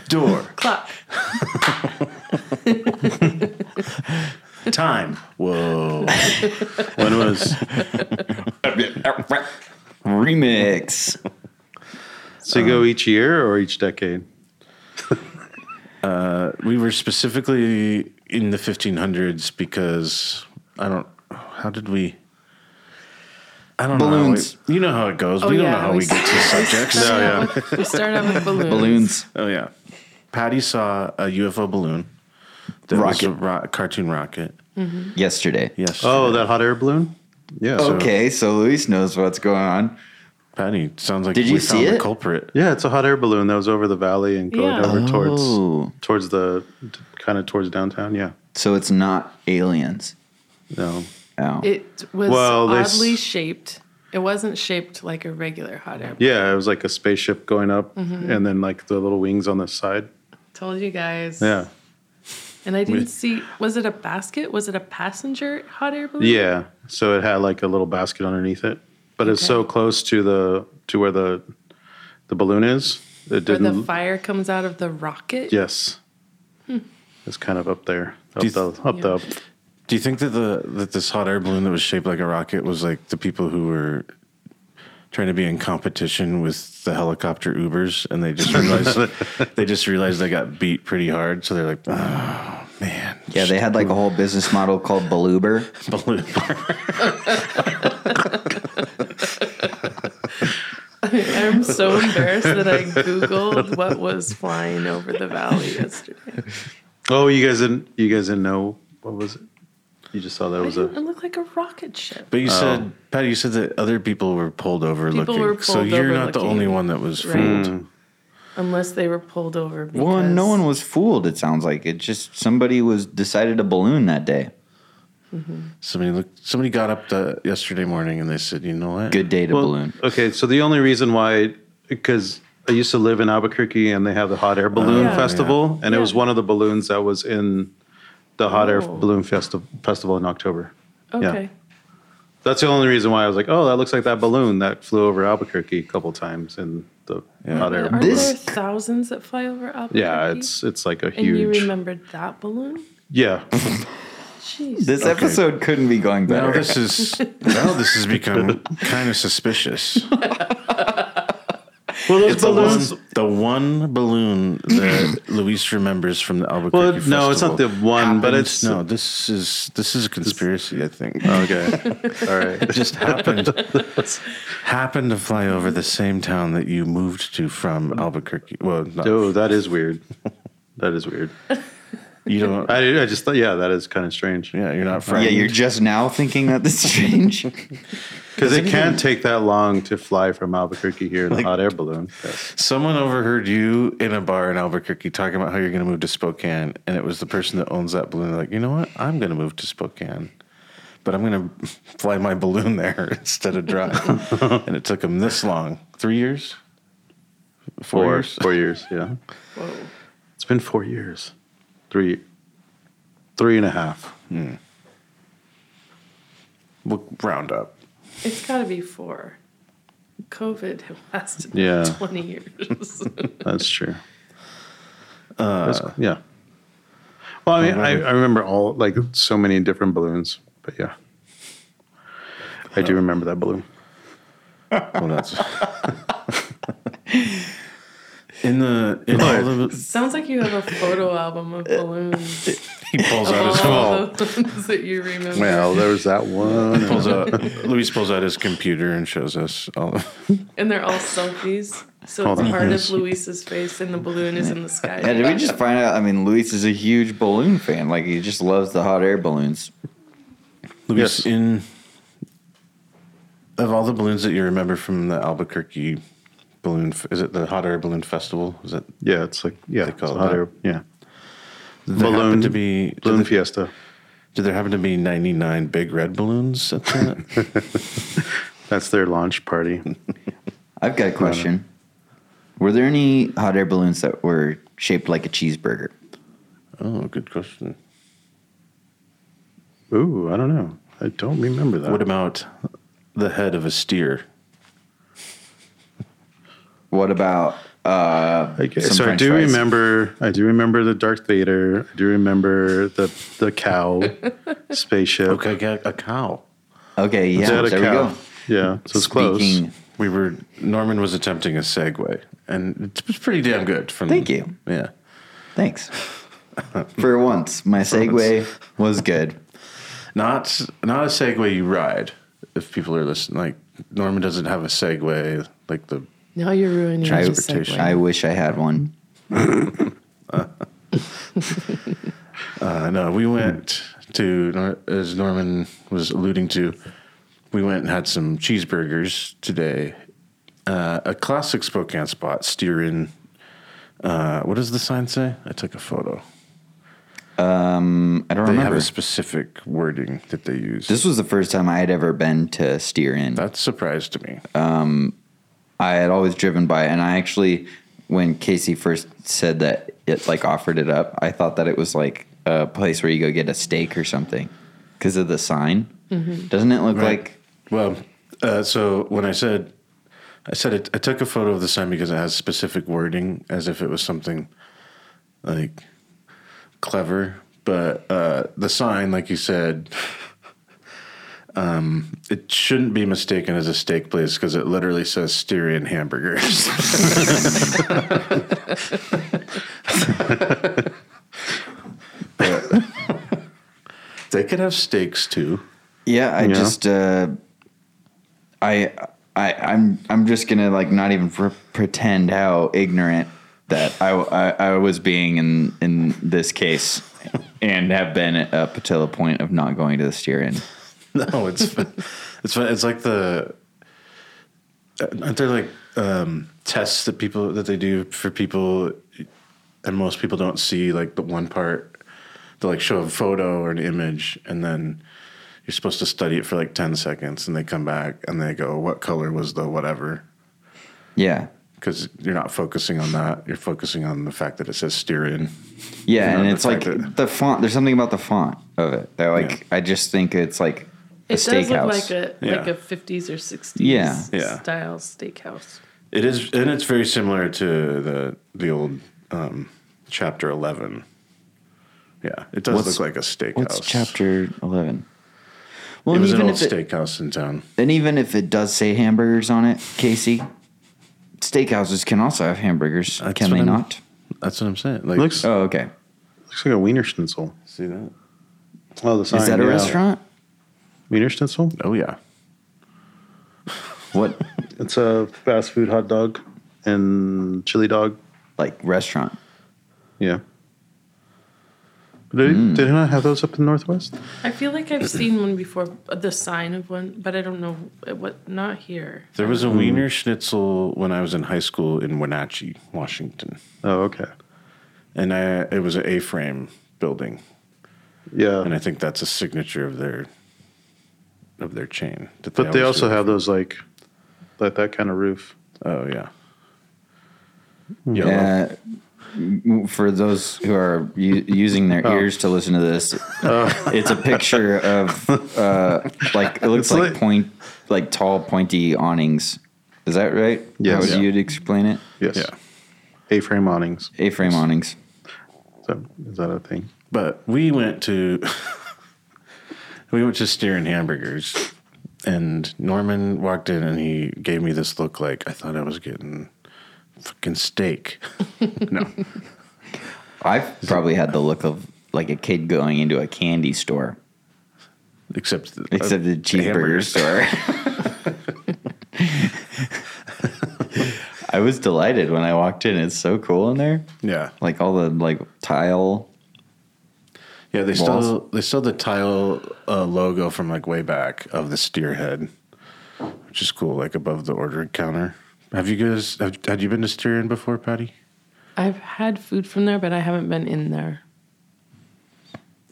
Speaker 4: door,
Speaker 7: Clock.
Speaker 4: time. Whoa.
Speaker 5: When was
Speaker 6: Remix.
Speaker 5: so
Speaker 6: Uh,
Speaker 5: you go each year or each decade?
Speaker 4: We were specifically in the 1500s because I don't. How did we? I don't
Speaker 6: Balloons.
Speaker 4: know. how we- You know how it goes.
Speaker 7: Oh,
Speaker 4: we don't
Speaker 7: yeah,
Speaker 4: know how
Speaker 7: we
Speaker 4: we get
Speaker 7: *laughs*
Speaker 4: to subjects.
Speaker 5: No, yeah.
Speaker 7: We started out with balloons.
Speaker 6: Balloons.
Speaker 4: Oh yeah. Patty saw a UFO balloon. That was
Speaker 6: Rocket.
Speaker 4: a ro- cartoon rocket.
Speaker 6: Yesterday.
Speaker 4: Yes.
Speaker 5: Oh, that hot air balloon? Yeah.
Speaker 7: Oh,
Speaker 5: so-
Speaker 6: Okay, so Luis knows what's going on.
Speaker 4: Patty sounds like
Speaker 6: Did
Speaker 4: we
Speaker 6: you
Speaker 4: found
Speaker 6: see
Speaker 4: the
Speaker 6: it?
Speaker 4: culprit.
Speaker 5: yeah, it's a hot air balloon that was over the valley and going
Speaker 7: Yeah.
Speaker 5: over towards
Speaker 6: Oh,
Speaker 5: towards the kind of towards downtown. Yeah.
Speaker 6: so it's not aliens.
Speaker 5: No.
Speaker 6: Oh.
Speaker 7: It was
Speaker 5: Well, they s-
Speaker 7: oddly shaped. It wasn't shaped like a regular hot air.
Speaker 5: Yeah, it was like a spaceship going up
Speaker 7: Mm-hmm.
Speaker 5: and then like the little wings on the side.
Speaker 7: Told you guys.
Speaker 5: Yeah.
Speaker 7: And I didn't see. Was it a basket? Was it a passenger hot air balloon?
Speaker 5: Yeah. So it had like a little basket underneath it. But it's so close to the to where the the balloon is. It
Speaker 7: Where the
Speaker 5: didn't
Speaker 7: fire comes out of the rocket.
Speaker 5: Yes.
Speaker 7: hmm.
Speaker 5: It's kind of up there. Up
Speaker 4: Do you
Speaker 5: the
Speaker 4: th-
Speaker 5: up the
Speaker 4: Do you think that the that this hot air balloon that was shaped like a rocket was like the people who were trying to be in competition with the helicopter Ubers, and they just
Speaker 6: *laughs*
Speaker 4: realized *laughs* they just realized they got beat pretty hard, so they're like, oh man,
Speaker 6: Yeah, they had like a whole business model called Baluber. *laughs*
Speaker 4: balloon.
Speaker 7: I'm
Speaker 5: *laughs*
Speaker 7: so embarrassed that I googled what was flying over the
Speaker 5: *laughs*
Speaker 7: valley yesterday.
Speaker 5: Oh, you guys didn't you guys didn't know what was it? You just saw that
Speaker 7: I
Speaker 5: was
Speaker 7: didn't- It
Speaker 5: a
Speaker 7: looked like a rocket ship.
Speaker 4: But you
Speaker 6: Oh.
Speaker 4: said, Patty, you said that other people were pulled over
Speaker 7: People
Speaker 4: looking.
Speaker 7: were
Speaker 4: so
Speaker 7: pulled
Speaker 4: you're
Speaker 7: over
Speaker 4: not the
Speaker 7: looking.
Speaker 4: only one that was
Speaker 7: Right.
Speaker 4: fooled.
Speaker 7: Unless they were pulled over. Because
Speaker 6: Well, no one was fooled. It sounds like it just somebody was decided to balloon that day.
Speaker 4: Somebody looked. Somebody got up the yesterday morning and they said, you know what?
Speaker 6: Good day to
Speaker 5: Well,
Speaker 6: balloon.
Speaker 5: Okay, so the only reason why because I used to live in Albuquerque and they have the hot air balloon
Speaker 7: Oh, Yeah.
Speaker 5: festival and it was
Speaker 7: Yeah.
Speaker 5: one of the balloons that was in the hot air
Speaker 7: Oh.
Speaker 5: balloon festival festival in October. yeah.
Speaker 7: Okay.
Speaker 5: That's the only reason why I was like, "Oh, that looks like that balloon that flew over Albuquerque a couple times in the hot air."
Speaker 7: Are
Speaker 5: balloon.
Speaker 6: This-
Speaker 7: there thousands that fly over Albuquerque?
Speaker 5: yeah, it's it's like a
Speaker 7: And you
Speaker 5: huge.
Speaker 7: remembered that balloon? *laughs*
Speaker 5: yeah,
Speaker 7: Jeez.
Speaker 6: This episode couldn't be going better.
Speaker 4: Now this is now this has become kind of suspicious. Well, those
Speaker 5: It's a
Speaker 4: balloons.
Speaker 5: one-
Speaker 4: the one balloon that Luis remembers from the Albuquerque
Speaker 5: Well, no, it's not
Speaker 4: Festival
Speaker 5: the one, but
Speaker 4: happened-
Speaker 5: it's-
Speaker 4: no. This is this is a conspiracy. I think Uh,
Speaker 5: Okay. All
Speaker 7: *laughs*
Speaker 5: right.
Speaker 4: it
Speaker 5: *laughs*
Speaker 4: just happened happened to fly over the same town that you moved to from Albuquerque. Well, not,
Speaker 5: Oh, that is weird. That is weird.
Speaker 4: you don't.
Speaker 5: I, I just thought, yeah, that is kind of strange.
Speaker 4: yeah, you're not from.
Speaker 6: Yeah, you're just now thinking that this is strange.
Speaker 5: Because it can take that long to fly from Albuquerque here in a
Speaker 4: Like-
Speaker 5: hot air balloon. Yes.
Speaker 4: Someone overheard you in a bar in Albuquerque talking about how you're going to move to Spokane, and it was the person that owns that balloon. They're like, you know what? I'm going to move to Spokane, but I'm going to *laughs* fly my balloon there *laughs* instead of drive. *laughs* and it took them this long three years, four,
Speaker 5: Four,
Speaker 4: years.
Speaker 5: four years, yeah.
Speaker 7: Whoa.
Speaker 5: It's been four years. Three, three and a half.
Speaker 4: We'll round up.
Speaker 7: It's got to be four. COVID lasted *laughs*
Speaker 5: Yeah.
Speaker 7: 20 years. *laughs*
Speaker 5: That's true.
Speaker 4: Uh,
Speaker 5: That's- yeah. Well, I mean, I, I remember all like so many different balloons, but yeah, I
Speaker 4: Uh,
Speaker 5: do remember that balloon.
Speaker 4: Well, Oh, *laughs* that's in the in all the
Speaker 7: Sounds like you have a photo album of balloons.
Speaker 4: he pulls out his
Speaker 7: Of
Speaker 4: phone.
Speaker 7: all the ones that you remember.
Speaker 5: Well, there was that one.
Speaker 4: Pulls out Luis pulls out his computer and shows us all. Of,
Speaker 7: and they're all selfies. So
Speaker 5: Hold
Speaker 7: the
Speaker 5: on.
Speaker 7: heart of Luis's face and the balloon is in the
Speaker 6: *laughs*
Speaker 7: sky.
Speaker 6: Yeah, did we just find out? I mean, Luis is a huge balloon fan. Like, he just loves the hot air balloons.
Speaker 4: Luis,
Speaker 5: Yes.
Speaker 4: in of all the balloons that you remember from the Albuquerque balloon, f- is it the hot air balloon festival? Is it
Speaker 5: Yeah, it's like yeah,
Speaker 4: They call
Speaker 5: it's
Speaker 4: it
Speaker 5: a hot
Speaker 4: that.
Speaker 5: air. Yeah,
Speaker 4: there
Speaker 5: Balloon-
Speaker 4: happened to be did
Speaker 5: balloon
Speaker 4: there-
Speaker 5: fiesta.
Speaker 4: Did there happen to be ninety nine big red balloons at that?
Speaker 5: That's their launch party.
Speaker 6: I've got a question. Were there any hot air balloons that were shaped like a cheeseburger?
Speaker 4: oh, good question.
Speaker 5: Ooh, I don't know. I don't remember that.
Speaker 4: What about the head of a steer?
Speaker 6: What about uh,
Speaker 5: I guess-
Speaker 6: some
Speaker 5: so I
Speaker 6: French
Speaker 5: do
Speaker 6: fries?
Speaker 5: remember. I do remember the Darth Vader. I do remember the
Speaker 4: *laughs*
Speaker 5: the cow spaceship.
Speaker 4: Okay, got a cow.
Speaker 6: Okay, yeah,
Speaker 5: Is that a
Speaker 6: there
Speaker 5: cow?
Speaker 6: we go.
Speaker 5: Yeah, so it's close.
Speaker 6: Speaking-
Speaker 4: We were Norman was attempting a segue, and it was pretty damn good. From
Speaker 6: Thank you.
Speaker 4: Yeah, *laughs*
Speaker 6: Thanks. For once, my segue was good.
Speaker 4: not not a segue you ride. If people are listening, like Norman doesn't have a segue like the
Speaker 7: now you're ruining
Speaker 6: I,
Speaker 7: his segue.
Speaker 6: I wish I had one.
Speaker 4: Uh, no,
Speaker 6: Hmm.
Speaker 4: we went to Nor- as Norman was alluding to. We went and had some cheeseburgers today. Uh, a classic Spokane spot, steer in. Uh, what does the sign say? I took a photo.
Speaker 6: I don't
Speaker 4: They have
Speaker 6: remember.
Speaker 4: a specific wording that they use.
Speaker 6: This was the first time I had ever been to Steer Inn.
Speaker 4: That's surprised to me.
Speaker 6: I had always driven by, and I actually, when Casey first said that it like offered it up, I thought that it was like a place where you go get a steak or something because of the sign. Doesn't it look
Speaker 4: Right.
Speaker 6: like?
Speaker 4: Well, uh, so when I said, I said it, I took a photo of the sign because it has specific wording, as if it was something like clever. But uh, the sign, like you said, um, it shouldn't be mistaken as a steak place because it literally says Styrian *laughs* hamburgers. But they could have steaks too.
Speaker 6: Yeah, I
Speaker 5: Yeah.
Speaker 6: just, uh, I, I, I'm, I'm just gonna like not even pr- pretend how ignorant that I, I, I was being in in this case, and have been up to the point of not going to the Steer Inn.
Speaker 4: No, Oh, it's *laughs* fun. it's fun. It's like the aren't there like um, tests that people that they do for people, and most people don't see like the one part. They like show a photo or an image, and then you're supposed to study it for like ten seconds, and they come back and they go, "What color was the whatever?"
Speaker 6: Yeah,
Speaker 4: Because you're not focusing on that. You're focusing on the fact that it says steer in.
Speaker 6: Yeah,
Speaker 4: know,
Speaker 6: and
Speaker 4: the
Speaker 6: it's like
Speaker 4: fact that-
Speaker 6: the font. There's something about the font of it that, like, I just think it's like a
Speaker 7: it does
Speaker 6: steakhouse.
Speaker 7: look like a like
Speaker 4: Yeah.
Speaker 7: a 50s or 60s
Speaker 6: Yeah.
Speaker 4: Yeah.
Speaker 7: style steakhouse.
Speaker 4: It is, and it's very similar to the the old um, chapter eleven. Yeah, it does look
Speaker 6: What's-
Speaker 4: like a steakhouse.
Speaker 6: What's chapter eleven? Well,
Speaker 4: It
Speaker 6: and
Speaker 4: was an
Speaker 6: even
Speaker 4: old
Speaker 6: if it,
Speaker 4: steakhouse in town.
Speaker 6: and even if it does say hamburgers on it, Casey, steakhouses can also have hamburgers.
Speaker 4: That's
Speaker 6: can
Speaker 4: what
Speaker 6: they
Speaker 4: I'm-
Speaker 6: not?
Speaker 4: That's what I'm saying. Like,
Speaker 5: Looks-
Speaker 6: Oh, okay.
Speaker 5: Looks like a Wiener Schnitzel.
Speaker 4: see that?
Speaker 5: Oh, the sign.
Speaker 6: Is that a
Speaker 5: yeah.
Speaker 6: restaurant?
Speaker 5: Wiener Schnitzel?
Speaker 4: Oh yeah.
Speaker 6: *laughs* What
Speaker 5: It's a fast food hot dog and chili dog.
Speaker 6: like restaurant?
Speaker 5: Yeah. But did,
Speaker 6: Hmm.
Speaker 5: did he not have those up in the Northwest?
Speaker 7: I feel like I've seen one before, the sign of one, but I don't know what. Not here.
Speaker 4: There was a
Speaker 6: Mm-hmm.
Speaker 4: Wiener Schnitzel when I was in high school in Wenatchee, Washington,
Speaker 5: Oh, okay.
Speaker 4: and I, it was an A-frame building,
Speaker 5: Yeah.
Speaker 4: and I think that's a signature of their of their chain. that
Speaker 5: But they
Speaker 4: always
Speaker 5: also
Speaker 4: do.
Speaker 5: have those like like that kind of roof.
Speaker 4: Oh yeah. Yellow.
Speaker 6: Uh, m- for those who are u- using their ears to listen to this, it's a picture of uh, like it looks
Speaker 5: It's
Speaker 6: like
Speaker 5: like-
Speaker 6: point like tall pointy awnings. Is that right?
Speaker 5: Yes.
Speaker 6: How would
Speaker 5: Yeah.
Speaker 6: you'd explain it?
Speaker 5: Yes.
Speaker 4: Yeah.
Speaker 5: A-frame awnings.
Speaker 6: A-frame awnings.
Speaker 5: Is that, is that a thing?
Speaker 4: But we went to *laughs* we went to Steering Hamburgers, and Norman walked in and he gave me this look like I thought I was getting fucking steak. no,
Speaker 6: I've probably had the look of like a kid going into a candy store,
Speaker 4: except the,
Speaker 6: except a cheeseburger
Speaker 4: hamburgers.
Speaker 6: store. I was delighted when I walked in. It's so cool in there.
Speaker 4: yeah,
Speaker 6: Like all the like tile
Speaker 4: yeah. They still
Speaker 6: Walls.
Speaker 4: they still the tile uh, logo from like way back of the steer head, which is cool. Like above the ordering counter. Have you guys have, had you been to Steering before, Patty?
Speaker 7: I've had food from there, but I haven't been in there.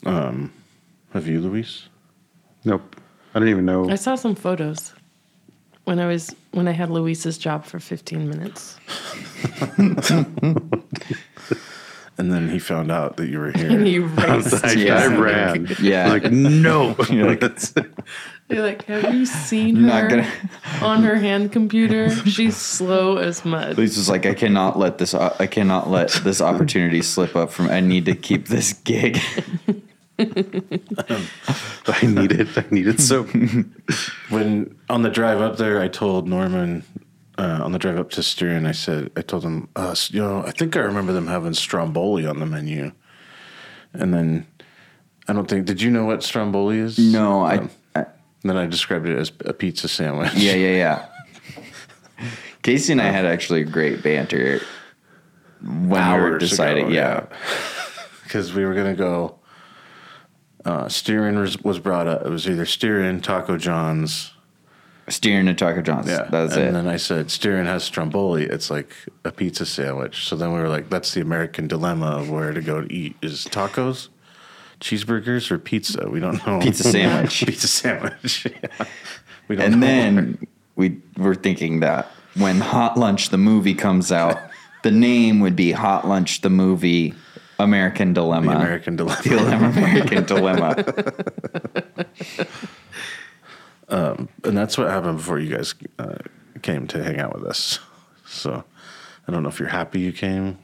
Speaker 4: Have you, Luis?
Speaker 5: Nope. I don't even know.
Speaker 7: I saw some photos when I was when I had Luis's job for 15 minutes.
Speaker 4: And then he found out that you were
Speaker 7: *laughs* And
Speaker 4: here.
Speaker 7: you raced.
Speaker 5: I,
Speaker 6: Yeah.
Speaker 5: I
Speaker 4: *laughs*
Speaker 5: ran.
Speaker 6: Yeah. *laughs*
Speaker 5: Like, no.
Speaker 7: You're like, have you seen her
Speaker 6: not gonna.
Speaker 7: on her hand computer? She's slow as mud.
Speaker 6: Lisa's like, I cannot let this. uh, I cannot let
Speaker 4: *laughs*
Speaker 6: this opportunity slip up from. I need to keep this gig.
Speaker 5: *laughs* I need it. I
Speaker 4: *laughs*
Speaker 5: need it so
Speaker 4: when on the drive up there, I told Norman uh, on the drive up to Styrian, I said, I told him, uh, s- you know, I think I remember them having stromboli on the menu. And then I don't think, did you know what stromboli is?
Speaker 6: *laughs* No, I.
Speaker 4: Um,
Speaker 6: I
Speaker 4: then I described it as a pizza sandwich. *laughs*
Speaker 6: yeah, yeah, yeah.
Speaker 4: Uh,
Speaker 6: Casey and I had actually great banter when we were
Speaker 4: Hours
Speaker 6: deciding.
Speaker 4: ago,
Speaker 6: yeah.
Speaker 4: Because we were going to go, uh, Styrian was, was brought up. It was either Styrian, Taco John's.
Speaker 6: steering to Taco John's.
Speaker 4: Yeah.
Speaker 6: that's
Speaker 4: and
Speaker 6: it.
Speaker 4: then I said, Styrian has stromboli. It's like a pizza sandwich. So then we were like, that's the American dilemma of where to go to eat is tacos, cheeseburgers, or pizza. We don't know.
Speaker 6: Pizza sandwich.
Speaker 4: *laughs* pizza sandwich. *laughs* Yeah. We don't *laughs*
Speaker 6: and
Speaker 4: know.
Speaker 6: then we were thinking that when Hot Lunch the movie
Speaker 4: *laughs*
Speaker 6: comes out, the name would be Hot Lunch the movie American
Speaker 4: the
Speaker 6: Dilemma.
Speaker 4: American dilemma.
Speaker 6: Dilemma,
Speaker 4: *laughs*
Speaker 6: American Dilemma.
Speaker 4: And that's what happened before you guys uh, came to hang out with us. So I don't know if you're happy you came.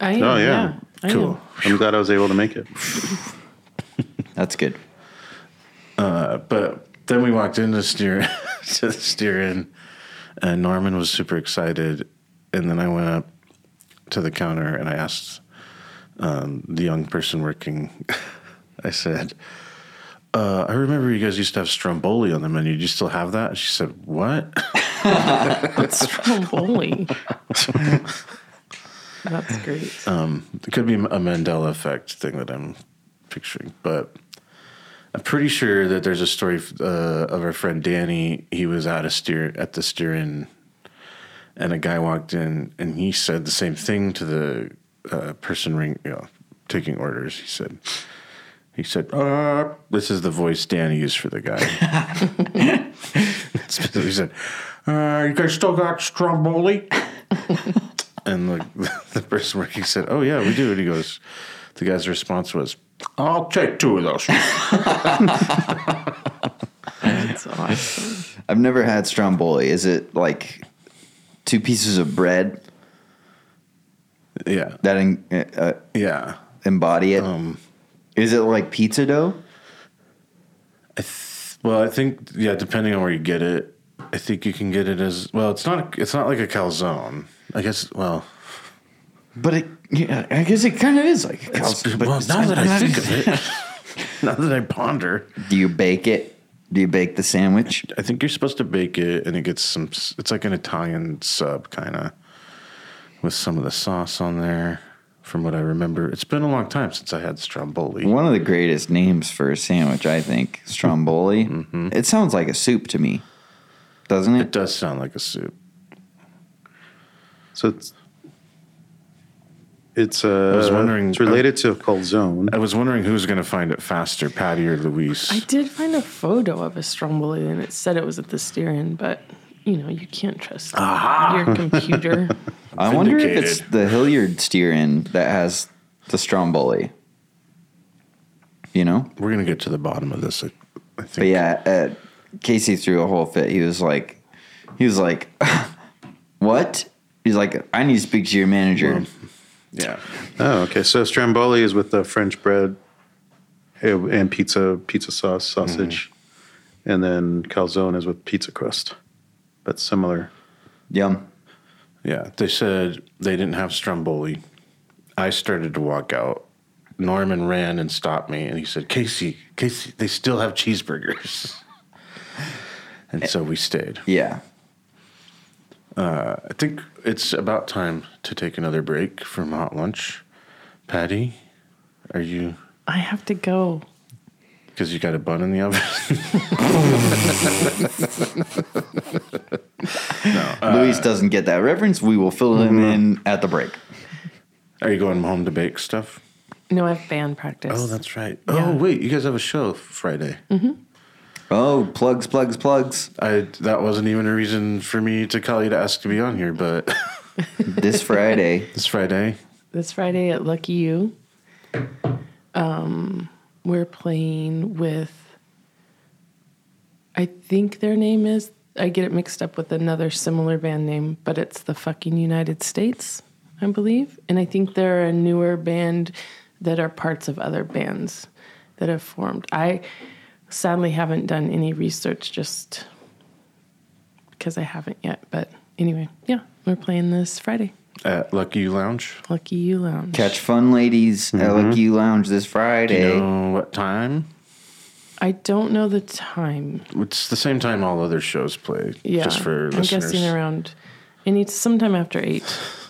Speaker 7: I am,
Speaker 5: Oh, yeah.
Speaker 7: yeah. I am.
Speaker 4: Cool.
Speaker 5: I'm glad I was able to make it.
Speaker 6: That's good.
Speaker 4: But then we walked into the steer *laughs* to the steer in, and Norman was super excited. And then I went up to the counter and I asked um, the young person working. *laughs* I said, uh, "I remember you guys used to have Stromboli on the menu. Do you still have that?" And she said, "What?"
Speaker 7: Stromboli. That's great.
Speaker 4: It could be a Mandela effect thing that I'm picturing, but I'm pretty sure that there's a story uh, of our friend Danny. He was at a steer at the steer-in, and a guy walked in, and he said the same thing to the uh, person ring, you know, taking orders. He said, he said, uh, "This is the voice Danny used for the guy." *laughs* he said, uh, "You guys still got Stromboli?" And the, *laughs* the person working said, "Oh yeah, we do." And he goes, "The guy's response was, I'll take two of *laughs* those."
Speaker 7: That's awesome.
Speaker 6: I've never had stromboli. Is it like two pieces of bread
Speaker 4: yeah,
Speaker 6: that en- uh,
Speaker 4: yeah.
Speaker 6: embody it? Is
Speaker 4: Um,
Speaker 6: it like pizza dough?
Speaker 4: well, I think yeah, depending on where you get it, I think you can get it as well. It's not. It's not like a calzone. I guess. Well,
Speaker 6: But it, yeah, I guess it kind of is like a
Speaker 4: it's- *laughs*
Speaker 6: calzone. but
Speaker 4: well
Speaker 6: it's
Speaker 4: now
Speaker 6: not-
Speaker 4: that I think of it, *laughs* now that I ponder,
Speaker 6: do you bake it? Do you bake the sandwich?
Speaker 4: I think you're supposed to bake it, and it gets some. s- It's like an Italian sub, kind of, with some of the sauce on there. From what I remember, it's been a long time since I had stromboli.
Speaker 6: One of the greatest names for a sandwich, I think, stromboli.
Speaker 4: Mm-hmm.
Speaker 6: It sounds like a soup to me, doesn't
Speaker 4: It
Speaker 6: it?
Speaker 4: does sound like a soup.
Speaker 5: So it's it's
Speaker 4: I was
Speaker 5: uh,
Speaker 4: wondering- uh,
Speaker 5: it's related to calzone.
Speaker 4: I was wondering who's going to find it faster, Patty or Luis.
Speaker 7: I did find a photo of a stromboli and it said it was at the steering, but you know, you can't trust your computer.
Speaker 6: I wonder if it's
Speaker 4: Vindicated.
Speaker 6: the Hilliard steer in that has the stromboli. You know?
Speaker 4: We're going to get to the bottom of this. I, I think.
Speaker 6: But yeah, uh, Casey threw a whole fit. He was like, he was like, *laughs* what? He's like, I need to speak to your manager.
Speaker 4: yeah.
Speaker 5: Oh, okay. So Stromboli is with the French bread and and pizza, pizza sauce, sausage, and then calzone is with pizza crust. That's similar.
Speaker 6: Yum.
Speaker 4: Yeah, they said they didn't have Stromboli. I started to walk out. Norman ran and stopped me, and he said, "Casey, Casey, they still have cheeseburgers." *laughs* and so we stayed.
Speaker 6: Yeah.
Speaker 4: I think it's about time to take another break from hot lunch. Patty, are you?
Speaker 7: I have to go.
Speaker 4: Because you got a bun in the oven. *laughs* Uh,
Speaker 6: Luis doesn't get that reference. We will fill him
Speaker 4: Mm-hmm.
Speaker 6: in at the break.
Speaker 4: are you going home to bake stuff?
Speaker 7: No, I have band practice.
Speaker 4: Oh, that's right. Oh, wait, you guys have a show Friday.
Speaker 6: Oh, plugs, plugs, plugs.
Speaker 4: I that wasn't even a reason for me to call you to ask to be on here, but *laughs*
Speaker 6: This Friday.
Speaker 4: this Friday,
Speaker 7: this Friday at Lucky You. Um, we're playing with, I think their name is, I get it mixed up with another similar band name, but it's the fucking United States, I believe. And I think they're a newer band that are parts of other bands that have formed. I sadly haven't done any research just because I haven't yet. But anyway, yeah, we're playing this Friday.
Speaker 4: at Lucky You Lounge.
Speaker 7: Lucky You Lounge.
Speaker 6: Catch fun, ladies, at Lucky Lounge this Friday.
Speaker 4: Mm-hmm. You know what time?
Speaker 7: I don't know the time.
Speaker 4: It's the same time all other shows play.
Speaker 7: Yeah,
Speaker 4: Just for
Speaker 7: I'm
Speaker 4: listeners.
Speaker 7: guessing around. And it's sometime after eight.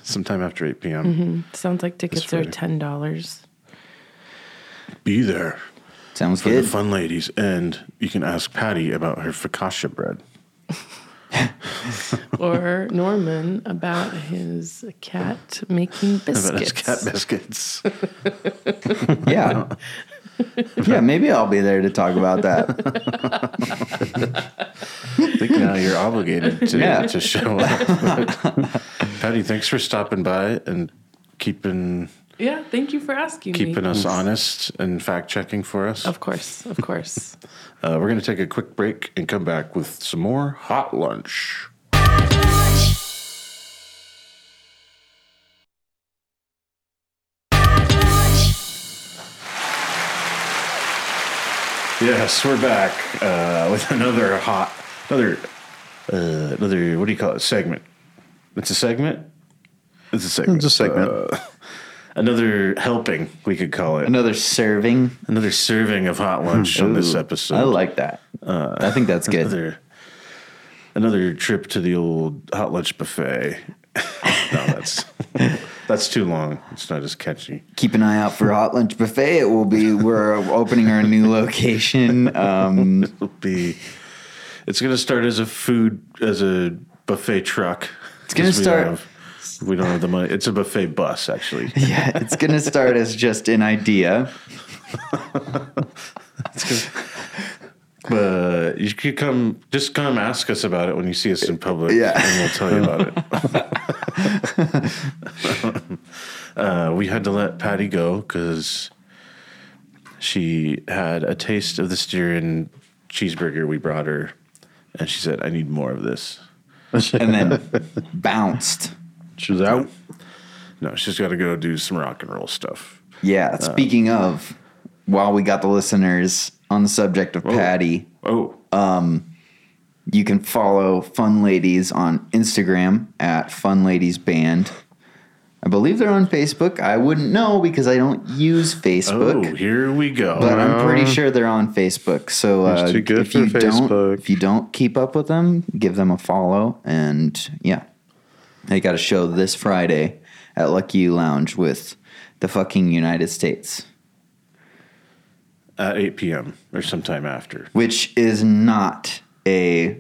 Speaker 4: Sometime after 8 p.m.
Speaker 7: Sounds like tickets are
Speaker 4: Friday.
Speaker 7: ten dollars.
Speaker 4: Be there
Speaker 6: Sounds
Speaker 4: for
Speaker 6: good.
Speaker 4: the fun ladies, and you can ask Patty about her focaccia bread. *laughs*
Speaker 7: Or Norman about his cat making
Speaker 4: About his
Speaker 7: biscuits.
Speaker 4: cat biscuits. *laughs*
Speaker 6: Yeah. yeah, maybe I'll be there to talk about that.
Speaker 4: I think now you're obligated to,
Speaker 6: Yeah.
Speaker 4: to show up. *laughs* Patty, thanks for stopping by and keeping
Speaker 7: yeah, thank you for asking
Speaker 4: keeping
Speaker 7: me.
Speaker 4: us honest and fact checking for us.
Speaker 7: Of course, of course.
Speaker 4: Uh, we're going to take a quick break and come back with some more hot lunch. Yes, we're back uh, with another hot, another, uh, another. What do you call it? Segment. It's a segment. It's a segment.
Speaker 5: It's a segment.
Speaker 4: Uh, another helping, we could call it.
Speaker 6: Another serving.
Speaker 4: Another serving of hot lunch on this
Speaker 6: Ooh,
Speaker 4: episode. Uh,
Speaker 6: I like that. I think
Speaker 4: *laughs*
Speaker 6: that's good.
Speaker 4: another another trip to the old hot lunch buffet. *laughs* no, that's that's too long. It's not as catchy.
Speaker 6: Keep an eye out for Hot Lunch Buffet. It will be we're *laughs* opening our new location. Um,
Speaker 4: It'll be. It's gonna start as a food as a buffet truck. It's
Speaker 6: gonna start-
Speaker 4: We don't, have, we don't have the money. It's a buffet bus, actually.
Speaker 6: yeah, it's gonna start as just an idea.
Speaker 4: But Uh, you could come, just come ask us about it when you see us in public.
Speaker 6: Yeah.
Speaker 4: And we'll tell you about it. uh, we had to let Patty go because she had a taste of the steering cheeseburger we brought her. And she said, I need more of this.
Speaker 6: And then bounced.
Speaker 5: She was out.
Speaker 4: No, she's got to go do some rock and roll stuff.
Speaker 6: Yeah. Speaking of, while we got the listeners on the subject of Patty,
Speaker 4: Oh,
Speaker 6: You can follow Fun Ladies on Instagram at Fun Ladies Band. I believe they're on Facebook. I wouldn't know because I don't use Facebook.
Speaker 4: Oh, here we go.
Speaker 6: But I'm pretty sure they're on Facebook. So uh,
Speaker 5: That's too good
Speaker 6: if
Speaker 5: for
Speaker 6: you
Speaker 5: Facebook.
Speaker 6: don't, if you don't keep up with them, give them a follow. And yeah, they got a show this Friday at Lucky Lounge with the fucking United States,
Speaker 4: At 8 p.m. or sometime after.
Speaker 6: which is not a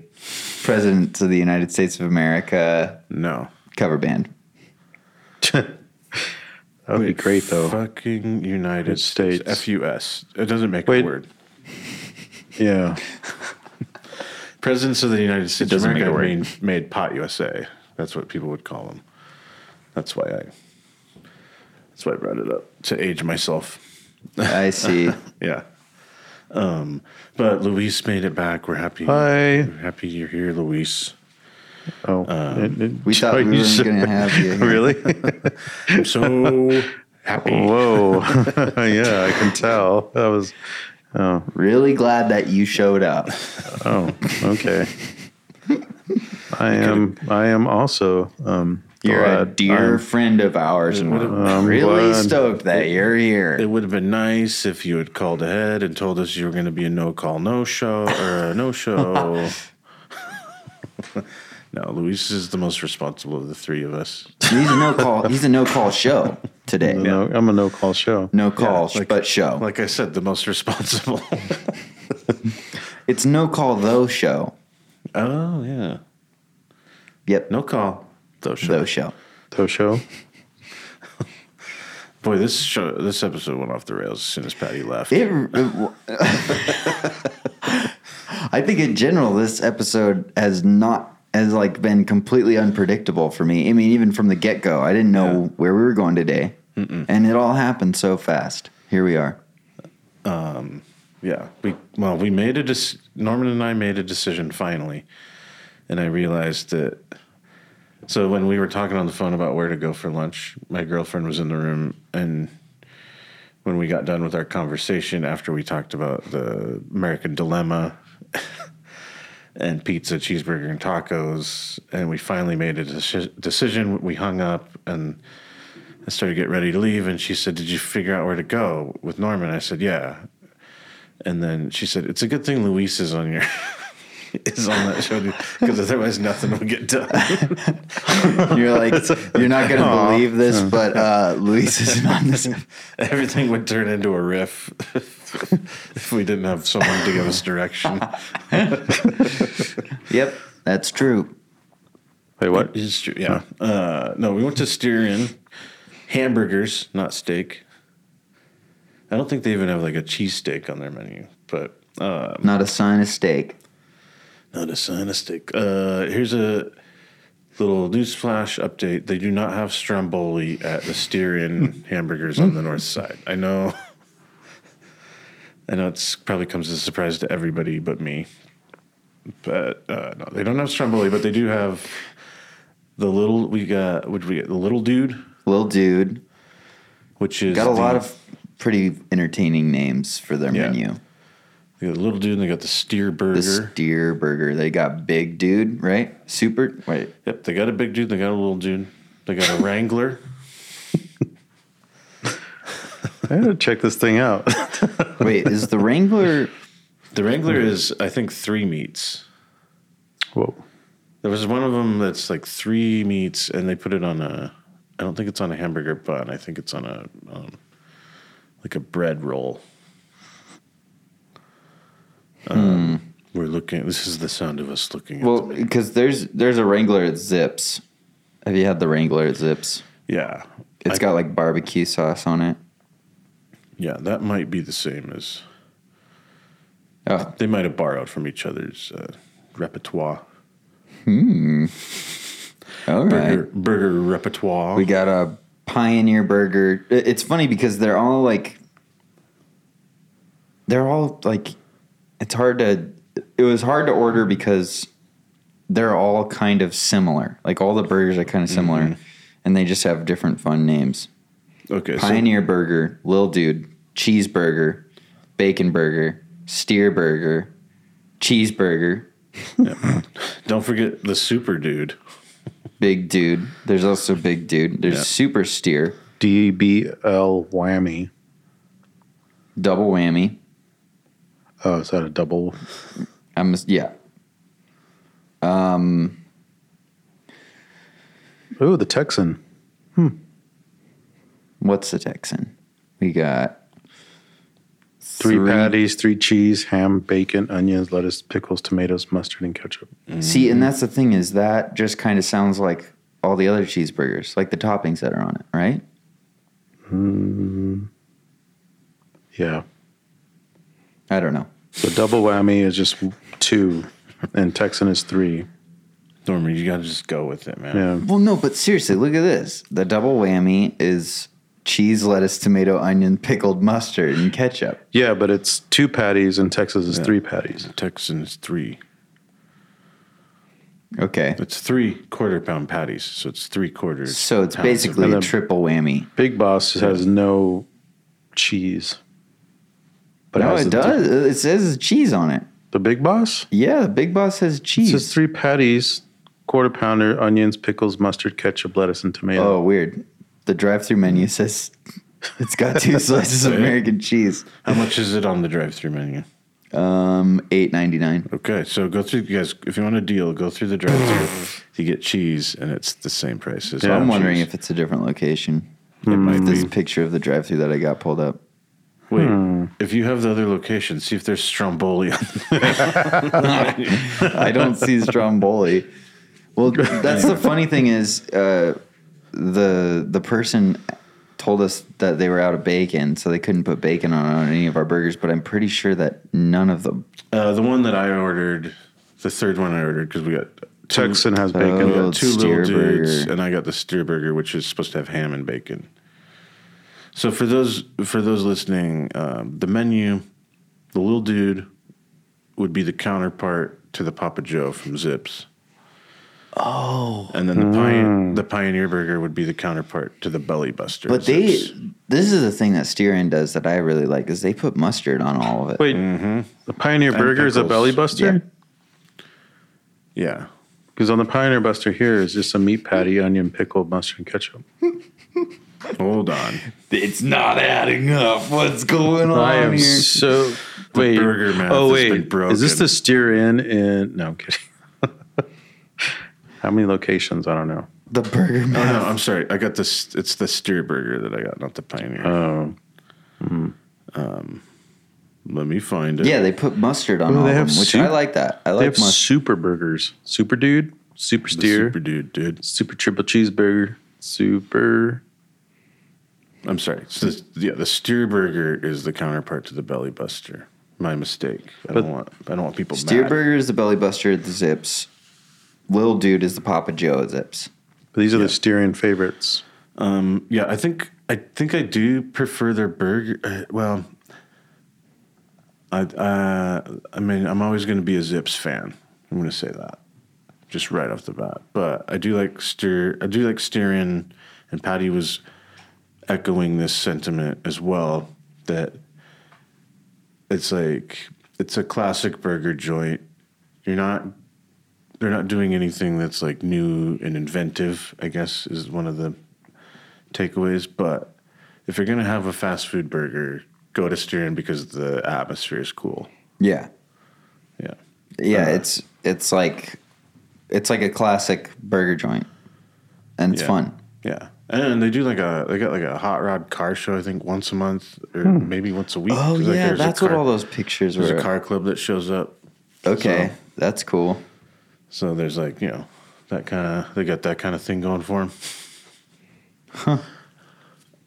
Speaker 6: Presidents of the United States of America
Speaker 4: No.
Speaker 6: cover band.
Speaker 5: That would be great though.
Speaker 4: Fucking United States.
Speaker 5: States.
Speaker 4: F-U-S. It doesn't make
Speaker 5: Wait.
Speaker 4: a word.
Speaker 5: *laughs* Yeah.
Speaker 4: Presidents of the United States of
Speaker 6: doesn't
Speaker 4: America
Speaker 6: make a
Speaker 4: mean,
Speaker 6: word.
Speaker 4: made pot USA. That's what people would call them. That's why I. That's why I brought it up to age myself.
Speaker 6: I
Speaker 5: *laughs*
Speaker 6: see.
Speaker 4: Yeah. Um, but Luis made it back. We're happy.
Speaker 5: Hi.
Speaker 4: We're happy you're here, Luis.
Speaker 5: Oh, it- it-
Speaker 6: We thought we
Speaker 5: you
Speaker 6: weren't
Speaker 5: said- *laughs*
Speaker 6: gonna have you here.
Speaker 5: Really?
Speaker 4: *laughs* I'm so happy.
Speaker 5: Whoa. *laughs* yeah, I can tell. That was. Oh,
Speaker 6: really glad that you showed up.
Speaker 5: oh, okay. I am. I am also. Um,
Speaker 6: You're a
Speaker 5: glad
Speaker 6: dear
Speaker 5: I'm-
Speaker 6: friend of ours, and we're
Speaker 5: I'm
Speaker 6: really
Speaker 5: glad.
Speaker 6: stoked that you're here.
Speaker 4: It would have been nice if you had called ahead and told us you were going to be a no call, no show, or a no *laughs* show. no, Luis is the most responsible of the three of us.
Speaker 6: He's a no call. He's a no call show today. No,
Speaker 5: No, I'm a no call show.
Speaker 6: call,
Speaker 4: like-
Speaker 6: but show.
Speaker 4: Like I said, the most responsible.
Speaker 6: it's no call though show.
Speaker 4: oh, yeah.
Speaker 6: Yep,
Speaker 4: No call, though show.
Speaker 6: though show.
Speaker 5: No show.
Speaker 4: Boy, this show, this episode went off the rails as soon as Patty left.
Speaker 6: It, it- *laughs* I think in general, this episode has not has like been completely unpredictable for me. I mean, even from the get go, I didn't know where we were going today, and it all happened so fast. Here we are.
Speaker 4: Yeah, we well, we made a dec- Norman and I made a decision finally, and I realized that. So when we were talking on the phone about where to go for lunch, my girlfriend was in the room, and when we got done with our conversation after we talked about the American dilemma *laughs* and pizza, cheeseburger, and tacos, and we finally made a deci- decision. We hung up and. I started to get ready to leave, and she said, "Did you figure out where to go with Norman?" I said, "Yeah." And then she said, "It's a good thing Luis is on your *laughs* is on that show because otherwise nothing will get done." *laughs*
Speaker 6: You're like, you're not going to believe this, but uh, Luis is *laughs* on this.
Speaker 4: Everything would turn into a riff *laughs* if we didn't have someone to give us direction.
Speaker 6: Yep, that's true.
Speaker 5: Wait, what?
Speaker 4: It's true. Yeah. Uh, no, we went to Styrian hamburgers, not steak. I don't think they even have like a cheesesteak on their menu, but
Speaker 6: Not a sign of steak.
Speaker 4: Not a sign of steak. Uh, here's a little newsflash update. They do not have Stromboli at the Styrian
Speaker 6: *laughs*
Speaker 4: hamburgers on the north side. I know. I know it's probably comes as a surprise to everybody but me. But uh, no, they don't have Stromboli, but they do have the little we got. Would we get the little dude,
Speaker 6: Little dude.
Speaker 4: which is
Speaker 6: Got a
Speaker 4: the-
Speaker 6: lot of pretty entertaining names for their
Speaker 4: Yeah.
Speaker 6: menu.
Speaker 4: they got the little dude. and They got the steer burger.
Speaker 6: The steer burger. They got big dude, right? Super. Wait.
Speaker 4: Yep, they got a big dude. They got a little dude. They got a Wrangler.
Speaker 5: I gotta check this thing out. *laughs*
Speaker 6: Wait,
Speaker 4: *laughs*
Speaker 6: is the Wrangler
Speaker 4: The
Speaker 6: *laughs*
Speaker 4: Wrangler is, I think, three meats.
Speaker 5: Whoa.
Speaker 4: There was one of them that's like three meats, and they put it on a. I don't think it's on a hamburger bun. I think it's on a, um, like a bread roll. Um, We're looking. This is the sound of us looking.
Speaker 6: Hmm. well
Speaker 4: at the menu.
Speaker 6: because there's there's a Wrangler at Zips. Have you had the Wrangler at Zips?
Speaker 4: yeah,
Speaker 6: It's
Speaker 4: I-
Speaker 6: got like barbecue sauce on it.
Speaker 4: yeah. That might be the same as
Speaker 6: Oh,
Speaker 4: they might have borrowed from each other's uh, repertoire,
Speaker 6: Hmm. all right.
Speaker 4: burger, burger repertoire.
Speaker 6: We got a Pioneer Burger. I- It's funny because they're all like, they're all like, it's hard to, it was hard to order because they're all kind of similar. Like all the burgers are kind of similar and they just have different fun names.
Speaker 4: okay, so
Speaker 6: Pioneer Burger, Lil Dude, Cheeseburger, Bacon Burger, Steer Burger, Cheeseburger,
Speaker 4: Don't forget the super dude.
Speaker 6: Big dude. There's also big dude. There's
Speaker 4: Yeah.
Speaker 6: super steer.
Speaker 5: DBL whammy.
Speaker 6: Double whammy.
Speaker 5: Oh, is that a double?
Speaker 6: I'm just- yeah.
Speaker 5: Oh, the Texan.
Speaker 6: What's the Texan? We got
Speaker 5: Three, patties, three cheese, ham, bacon, onions, lettuce, pickles, tomatoes, mustard, and ketchup.
Speaker 6: See, and that's the thing is that just kind of sounds like all the other cheeseburgers, like the toppings that are on it, right?
Speaker 5: Yeah.
Speaker 6: I don't know.
Speaker 5: So double whammy is just two, and Texan is three.
Speaker 4: Norman, you gotta just go with it, man.
Speaker 5: Yeah.
Speaker 6: Well, no, but seriously, look at this. The double whammy is cheese, lettuce, tomato, onion, pickled mustard, and ketchup.
Speaker 5: Yeah, but it's two patties, and Texas is three patties.
Speaker 4: Texans three.
Speaker 6: Okay.
Speaker 4: It's three quarter pound patties, so it's three quarters.
Speaker 6: So it's
Speaker 4: pounds of
Speaker 6: basically
Speaker 5: and
Speaker 6: a
Speaker 5: then-
Speaker 6: triple whammy.
Speaker 5: Big Boss has no cheese. But
Speaker 6: no,
Speaker 5: has
Speaker 6: it
Speaker 5: the-
Speaker 6: does. It says cheese on it.
Speaker 5: The Big Boss?
Speaker 6: Yeah, the Big Boss has
Speaker 5: It
Speaker 6: cheese.
Speaker 5: says three patties, quarter pounder, onions, pickles, mustard, ketchup, lettuce, and tomato.
Speaker 6: Oh, weird. The drive-through menu says *laughs* it's got
Speaker 5: *laughs*
Speaker 6: two slices of American cheese.
Speaker 4: How much is it on the drive-through menu?
Speaker 6: Um, eight ninety nine.
Speaker 4: Okay, so go through, you guys. If you want a deal, go through the
Speaker 6: *sighs*
Speaker 4: drive-through. you get cheese, and it's the same price. As
Speaker 5: Yeah.
Speaker 6: I'm wondering
Speaker 4: cheese.
Speaker 6: if it's a different location.
Speaker 4: it might
Speaker 6: This
Speaker 4: be.
Speaker 6: picture of the drive-through that I got pulled up.
Speaker 4: Wait,
Speaker 6: Hmm.
Speaker 4: if you have the other location, see if there's Stromboli. on *laughs*
Speaker 6: I don't *laughs* see Stromboli. Well, that's the funny thing is uh, the the person told us that they were out of bacon, so they couldn't put bacon on any of our burgers. But I'm pretty sure that none of them.
Speaker 4: Uh, the one that I ordered, the third one I ordered, because we got two,
Speaker 5: Texan has
Speaker 4: we
Speaker 5: bacon.
Speaker 6: Oh.
Speaker 4: got two
Speaker 6: Steer
Speaker 4: little dudes,
Speaker 6: burger.
Speaker 4: and I got the steer burger, which is supposed to have ham and bacon. So for those for those listening, um, the menu, the little dude, would be the counterpart to the Papa Joe from Zips. Oh, and then the Pion- the Pioneer Burger would be the counterpart to the Belly Buster.
Speaker 6: But
Speaker 4: at
Speaker 6: they,
Speaker 4: Zips.
Speaker 6: this is the thing that Steerin does that I really like is they put mustard on all of it.
Speaker 5: Wait, the Pioneer Burger is a
Speaker 4: mm-hmm. pickles.
Speaker 5: belly buster?
Speaker 4: yeah,
Speaker 5: Because on the Pioneer Buster here is just a meat patty, onion, pickle, mustard, and ketchup.
Speaker 4: hold on. *clears throat*
Speaker 6: It's not adding up. What's going on
Speaker 5: I am
Speaker 6: here?
Speaker 5: so wait.
Speaker 4: burger math
Speaker 5: oh
Speaker 4: has
Speaker 5: wait,
Speaker 4: been broken.
Speaker 5: is this the steer in? In no, I'm kidding. *laughs* How many locations? I don't know.
Speaker 6: the burger
Speaker 4: Oh
Speaker 6: man.
Speaker 4: no, I'm sorry. I got this. It's the steer burger that I got, not the pioneer. Um,
Speaker 5: Oh,
Speaker 4: Let me find it.
Speaker 6: Yeah, they put mustard on
Speaker 5: Well,
Speaker 6: all
Speaker 5: they
Speaker 6: of them,
Speaker 5: have
Speaker 6: which I
Speaker 5: soup.
Speaker 6: like that. I
Speaker 5: they
Speaker 6: like
Speaker 5: have
Speaker 6: mustard.
Speaker 5: super burgers. Super dude, super
Speaker 4: the
Speaker 5: steer,
Speaker 4: super
Speaker 5: super,
Speaker 4: dude, dude.
Speaker 5: triple cheeseburger, super.
Speaker 4: I'm sorry. It's the, yeah, the steer burger is the counterpart to the belly buster. My mistake. I
Speaker 5: But-
Speaker 4: don't want. I don't want people.
Speaker 6: Steer
Speaker 4: mad.
Speaker 6: burger is the belly buster at the Zips. Little dude is the Papa Joe at Zips.
Speaker 5: But these are the steer in favorites.
Speaker 4: Um, yeah, I think I think I do prefer their burger. Uh, well, I uh, I mean, I'm always going to be a Zips fan. I'm going to say that just right off the bat. But I do like steer. I do like steering, and Patty was echoing this sentiment as well that it's like it's a classic burger joint. You're not. They're not doing anything that's like new and inventive. I guess is one of the takeaways, but if you're gonna have a fast food burger, go to Steering because the atmosphere is cool.
Speaker 6: Yeah.
Speaker 4: Yeah. Uh.
Speaker 6: Yeah, it's it's like it's like a classic burger joint. And it's
Speaker 4: Yeah.
Speaker 6: fun.
Speaker 4: Yeah. And they do like a they got like a hot rod car show I think once a month or maybe once a week.
Speaker 6: Oh
Speaker 4: 'Cause, like,
Speaker 6: yeah,
Speaker 4: there's a
Speaker 6: that's what
Speaker 4: car-
Speaker 6: all those pictures
Speaker 4: there's
Speaker 6: were.
Speaker 4: a car club that shows up.
Speaker 6: okay,
Speaker 4: so-
Speaker 6: that's cool.
Speaker 4: So there's like, you know, that kind of they got that kind of thing going for them.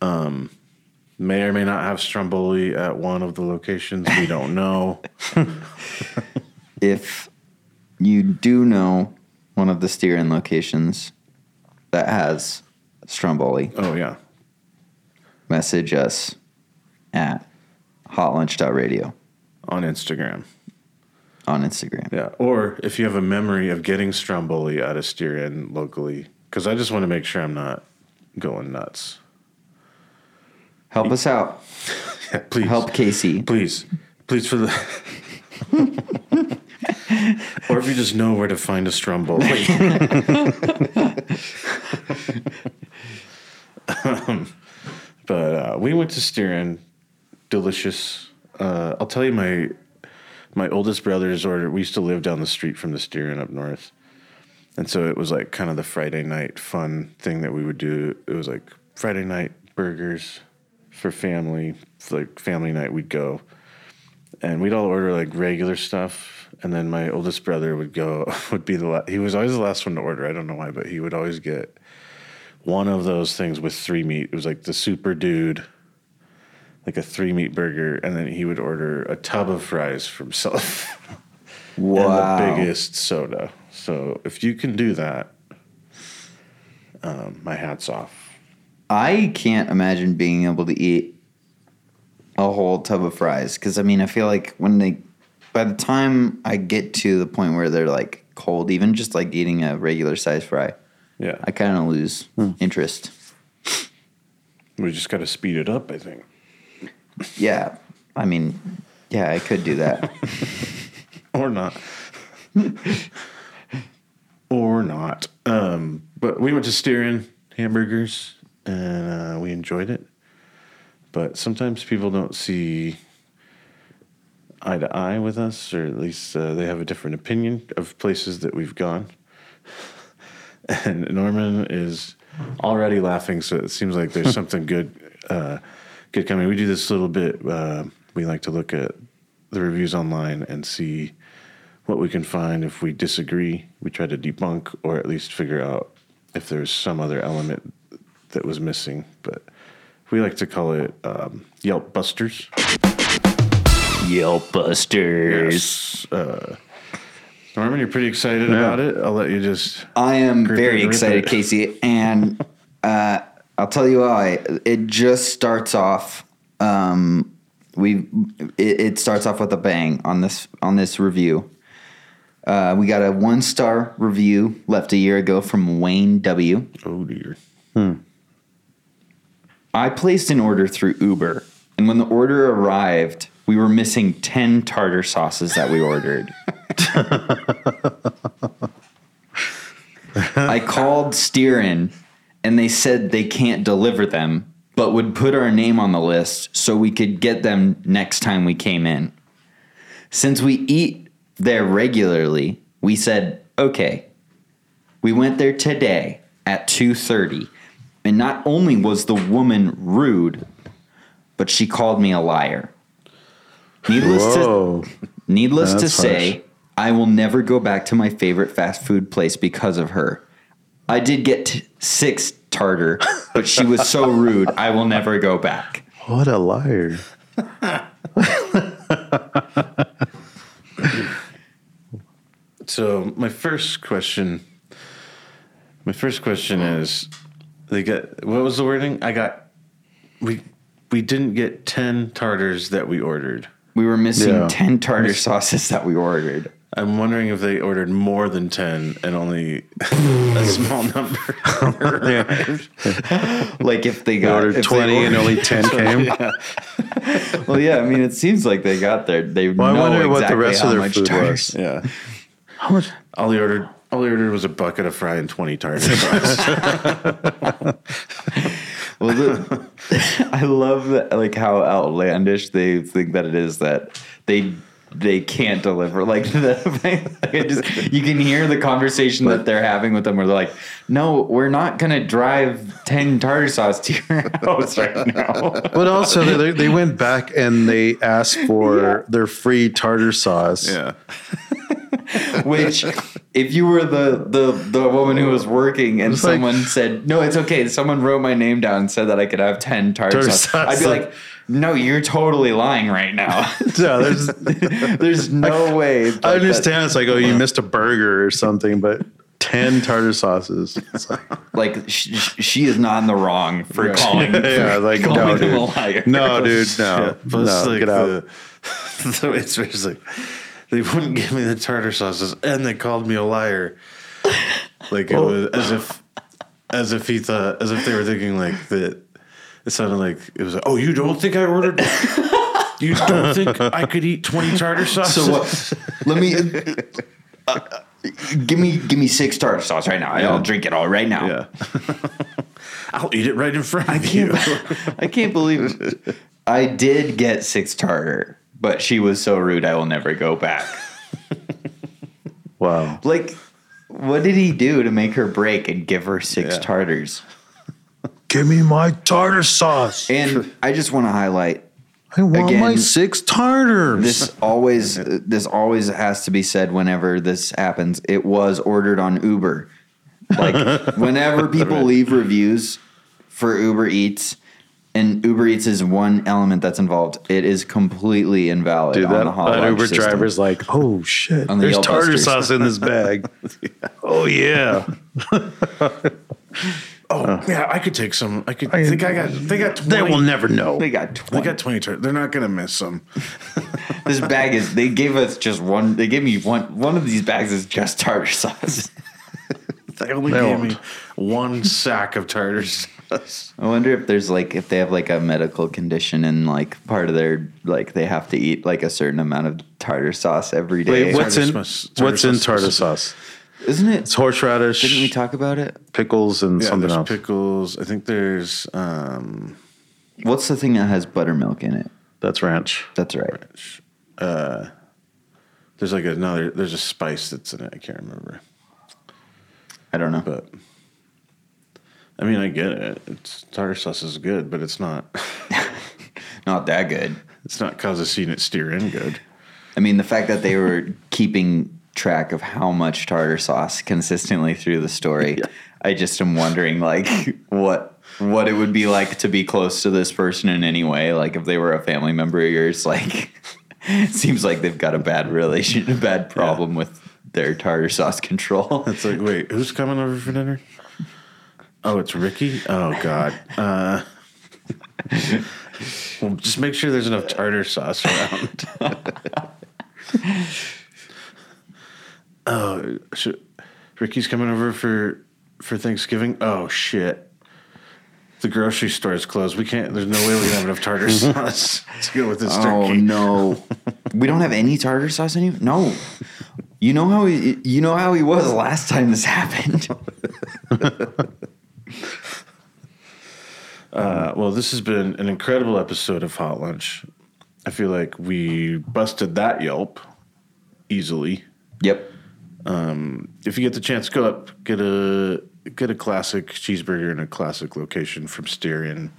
Speaker 4: Um may or may not have Stromboli at one of the locations. We don't
Speaker 6: *laughs*
Speaker 4: know.
Speaker 6: If you do know one of the steer-in locations that has Stromboli,
Speaker 4: oh yeah.
Speaker 6: message us at hotlunch.radio
Speaker 4: On Instagram.
Speaker 6: on Instagram.
Speaker 4: Yeah, or if you have a memory of getting Stromboli at a steer in locally, because I just want to make sure I'm not going nuts.
Speaker 6: Help us out.
Speaker 4: Please
Speaker 6: Help Casey.
Speaker 4: please, please for the *laughs* or if you just know where to find a Stromboli. um, Um, but uh, we went to Steerin. Delicious. Uh, I'll tell you my my oldest brother's order. We used to live down the street from the Steerin up north, and so it was like kind of the Friday night fun thing that we would do. It was like Friday night burgers for family, like family night. We'd go and we'd all order like regular stuff and then my oldest brother would go *laughs* would be the la- he was always the last one to order i don't know why but he would always get one of those things with three meat it was like the super dude like a three meat burger and then he would order a tub of fries for himself *laughs*
Speaker 6: Wow.
Speaker 4: and the biggest soda so if you can do that um, my hat's off
Speaker 6: I can't imagine being able to eat a whole tub of fries because I mean, I feel like when they, by the time I get to the point where they're like cold, even just like eating a regular size fry,
Speaker 4: yeah
Speaker 6: I kind of lose
Speaker 4: Hmm.
Speaker 6: interest.
Speaker 4: we just got to speed it up i think
Speaker 6: Yeah, I mean, yeah, I could
Speaker 4: *laughs*
Speaker 6: do that.
Speaker 4: or not *laughs* or not um but we went to steerin hamburgers and uh, we enjoyed it but sometimes people don't see eye to eye with us or at least uh, they have a different opinion of places that we've gone *laughs* and norman is already laughing so it seems like there's something good uh, good coming we do this a little bit uh, we like to look at the reviews online and see what we can find. If we disagree, we try to debunk or at least figure out if there's some other element that was missing. But we like to call it um, Yelp Busters.
Speaker 6: Yelp Busters.
Speaker 4: Uh, Norman, you're pretty excited about it. I'll let you just.
Speaker 6: I am
Speaker 4: Grip it,
Speaker 6: very
Speaker 4: rip
Speaker 6: excited,
Speaker 4: it.
Speaker 6: Casey,
Speaker 4: *laughs*
Speaker 6: and uh, I'll tell you why. It just starts off. Um, we it, it starts off with a bang on this on this review. Uh, we got a one star review left a year ago from Wayne W.
Speaker 4: Oh dear.
Speaker 6: I placed an order through Uber, and when the order arrived, we were missing 10 tartar sauces that we ordered. I called Steerin, and they said they can't deliver them, but would put our name on the list so we could get them next time we came in. Since we eat there regularly, we said, okay, we went there today at 2:30, and not only was the woman rude, but she called me a liar. Needless
Speaker 5: Whoa.
Speaker 6: to needless to
Speaker 5: That's
Speaker 6: say,
Speaker 5: harsh.
Speaker 6: I will never go back to my favorite fast food place because of her. I did get t- 6 tartar, but she was so rude, I will never go back.
Speaker 5: What a liar.
Speaker 4: So my first question, my first question is, they got what was the wording? I got we we didn't get ten tartars that we ordered.
Speaker 6: We were missing
Speaker 5: Yeah.
Speaker 6: 10 tartar sauces that we ordered.
Speaker 4: I'm wondering if they ordered more than ten and only a small number.
Speaker 6: Like if they
Speaker 5: They
Speaker 6: got
Speaker 5: ordered
Speaker 6: if they
Speaker 5: 20 and
Speaker 6: ordered-
Speaker 5: only *laughs* 10 came.
Speaker 6: Well, yeah, I mean, it seems like they got there. They
Speaker 5: Well, I
Speaker 6: know
Speaker 5: wonder what the
Speaker 6: exactly
Speaker 5: rest
Speaker 6: how
Speaker 5: of their
Speaker 6: much
Speaker 5: food
Speaker 6: tartar-
Speaker 5: was.
Speaker 4: yeah. How much? All he ordered, all he ordered was a bucket of fry and twenty tartars.
Speaker 6: Well, the, *laughs* I love that, like how outlandish they think that it is that they they can't deliver. Like *laughs* the like it just, you can hear the conversation that they're having with them, where they're like, "No, we're not gonna drive ten tartar sauce to your *laughs* house right now."
Speaker 5: But also, they, they went back and they asked for their free tartar sauce.
Speaker 4: yeah.
Speaker 6: Which, if you were the the the woman who was working and
Speaker 5: It's like-
Speaker 6: someone said, "No, it's okay," someone wrote my name down and said that I could have ten tartar
Speaker 5: Tartar
Speaker 6: sauce,
Speaker 5: sauce, *laughs*
Speaker 6: I'd be
Speaker 5: like-
Speaker 6: like, "No, you're totally lying right
Speaker 5: *laughs*
Speaker 6: now."
Speaker 5: Yeah, there's,
Speaker 6: There's no way.
Speaker 5: I understand it's like, oh, you missed a burger or something, but 10 tartar sauces. It's like,
Speaker 6: like sh- sh- she is not in the wrong for calling.
Speaker 5: *laughs* *laughs* yeah, like,
Speaker 6: calling him
Speaker 5: no,
Speaker 6: a
Speaker 5: dude.
Speaker 6: liar.
Speaker 4: *laughs*
Speaker 5: *laughs* No, dude,
Speaker 4: Yeah,
Speaker 5: no.
Speaker 4: plus,
Speaker 5: no
Speaker 4: like,
Speaker 5: get out.
Speaker 4: The, *laughs* the waiter was like, they wouldn't give me the tartar sauces, and they called me a liar. Like
Speaker 5: Oh.
Speaker 4: it was as if, as if he thought, as if they were thinking like that. It sounded like it was like, oh, you don't think I ordered? you don't think I could eat twenty tartar sauces?
Speaker 6: So what? Let
Speaker 5: *laughs*
Speaker 6: me uh, give me give me six tartar sauce right now. I'll drink it all right now.
Speaker 4: Yeah. I'll eat it right in front
Speaker 6: I
Speaker 4: of you.
Speaker 6: can't. I can't believe *laughs* I did get six tartar, but she was so rude. I will never go *laughs* back.
Speaker 5: Wow.
Speaker 6: Like, what did he do to make her break and give her six
Speaker 4: Yeah.
Speaker 6: tartars?
Speaker 5: Give me my tartar sauce.
Speaker 6: And I just want to highlight
Speaker 5: I want
Speaker 6: Again,
Speaker 5: my six tartars.
Speaker 6: this always this always has to be said whenever this happens. It was ordered on Uber.
Speaker 5: *laughs*
Speaker 6: Like whenever people leave reviews for Uber Eats and Uber Eats is one element that's involved. It is completely invalid
Speaker 5: Dude,
Speaker 6: on
Speaker 5: that,
Speaker 6: the hot
Speaker 5: that
Speaker 6: lodge
Speaker 5: Uber
Speaker 6: system.
Speaker 5: driver's like, oh shit,
Speaker 6: On the
Speaker 5: there's
Speaker 6: Yelp
Speaker 5: tartar
Speaker 6: Busters.
Speaker 5: sauce in this bag. Oh yeah,
Speaker 4: *laughs* oh yeah, I could take some. I could.
Speaker 5: I-
Speaker 4: think I got. They got. 20,
Speaker 5: they will never know.
Speaker 6: They got
Speaker 4: They
Speaker 6: twenty.
Speaker 4: got twenty. Tur- they're not gonna miss some.
Speaker 6: this bag is. They gave us just one. They gave me one. One of these bags is just tartar sauce.
Speaker 4: They only
Speaker 5: They
Speaker 4: gave
Speaker 5: won't.
Speaker 4: me one sack of tartar sauce.
Speaker 6: I wonder if there's like if they have like a medical condition and like part of their like they have to eat like a certain amount of tartar sauce every day.
Speaker 5: Wait, what's
Speaker 4: Tartar
Speaker 5: in
Speaker 4: sauce- tartar
Speaker 5: what's in
Speaker 4: sauce
Speaker 5: tartar
Speaker 4: specific.
Speaker 5: sauce?
Speaker 6: Isn't it?
Speaker 5: It's horseradish,
Speaker 6: Didn't we talk about it?
Speaker 5: pickles, and
Speaker 4: Yeah,
Speaker 5: something
Speaker 4: there's
Speaker 5: else.
Speaker 4: pickles. I think there's. um
Speaker 6: What's the thing that has buttermilk in it?
Speaker 5: That's ranch.
Speaker 6: That's right.
Speaker 4: There's like another. There's a spice that's in it. I can't remember,
Speaker 6: I don't know.
Speaker 4: but. I mean, I get it. It's, tartar sauce is good, but it's not. *laughs*
Speaker 6: Not that good.
Speaker 4: It's not cause I've seen it steer in good.
Speaker 6: I mean, the fact that they were keeping track of how much tartar sauce consistently through the story, I just am wondering like what what it would be like to be close to this person in any way. Like if they were a family member of yours, like *laughs* it seems like they've got a bad relation, a bad problem with their tartar sauce control.
Speaker 4: It's like, wait, who's coming over for dinner? Oh, it's Ricky. Oh God. Uh, well, just make sure there's enough tartar sauce around. *laughs* oh, should, Ricky's coming over for for Thanksgiving. Oh shit. The grocery store is closed. We can't. There's no way we can have enough tartar *laughs* sauce. Let's go with this
Speaker 6: Oh
Speaker 4: turkey.
Speaker 6: no, we don't have any tartar sauce anymore. No, you know how he, you know how he was last time this happened.
Speaker 4: Uh, well, this has been an incredible episode of Hot Lunch. I feel like we busted that Yelp easily.
Speaker 6: Yep.
Speaker 4: If you get the chance, go up get a get a classic cheeseburger in a classic location from Styrian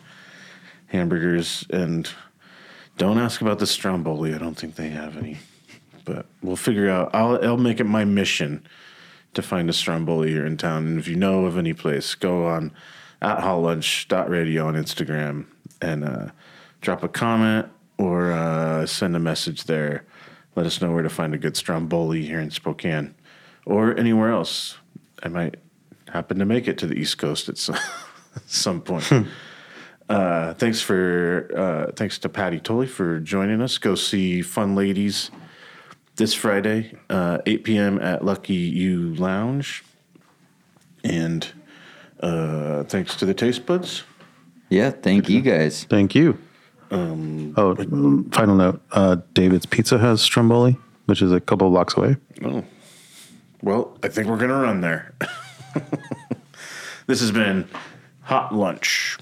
Speaker 4: Hamburgers, and don't ask about the Stromboli. I don't think they have any, but we'll figure out. I'll I'll make it my mission to find a Stromboli here in town. And if you know of any place, go on at hollunch.radio on Instagram and uh, drop a comment or uh, send a message there. Let us know where to find a good Stromboli here in Spokane or anywhere else. I might happen to make it to the East Coast at some, *laughs* some point. Uh, thanks for uh, thanks to Patty Tolley for joining us. Go see Fun Ladies this Friday, uh, 8 p.m. at Lucky You Lounge. And uh, thanks to the Taste Buds.
Speaker 6: Yeah. Thank you guys.
Speaker 5: Thank you. oh, mm, final note. Uh, David's Pizza has Stromboli, which is a couple blocks away.
Speaker 4: Well, I *laughs* think we're going to run there. this has been Hot Lunch.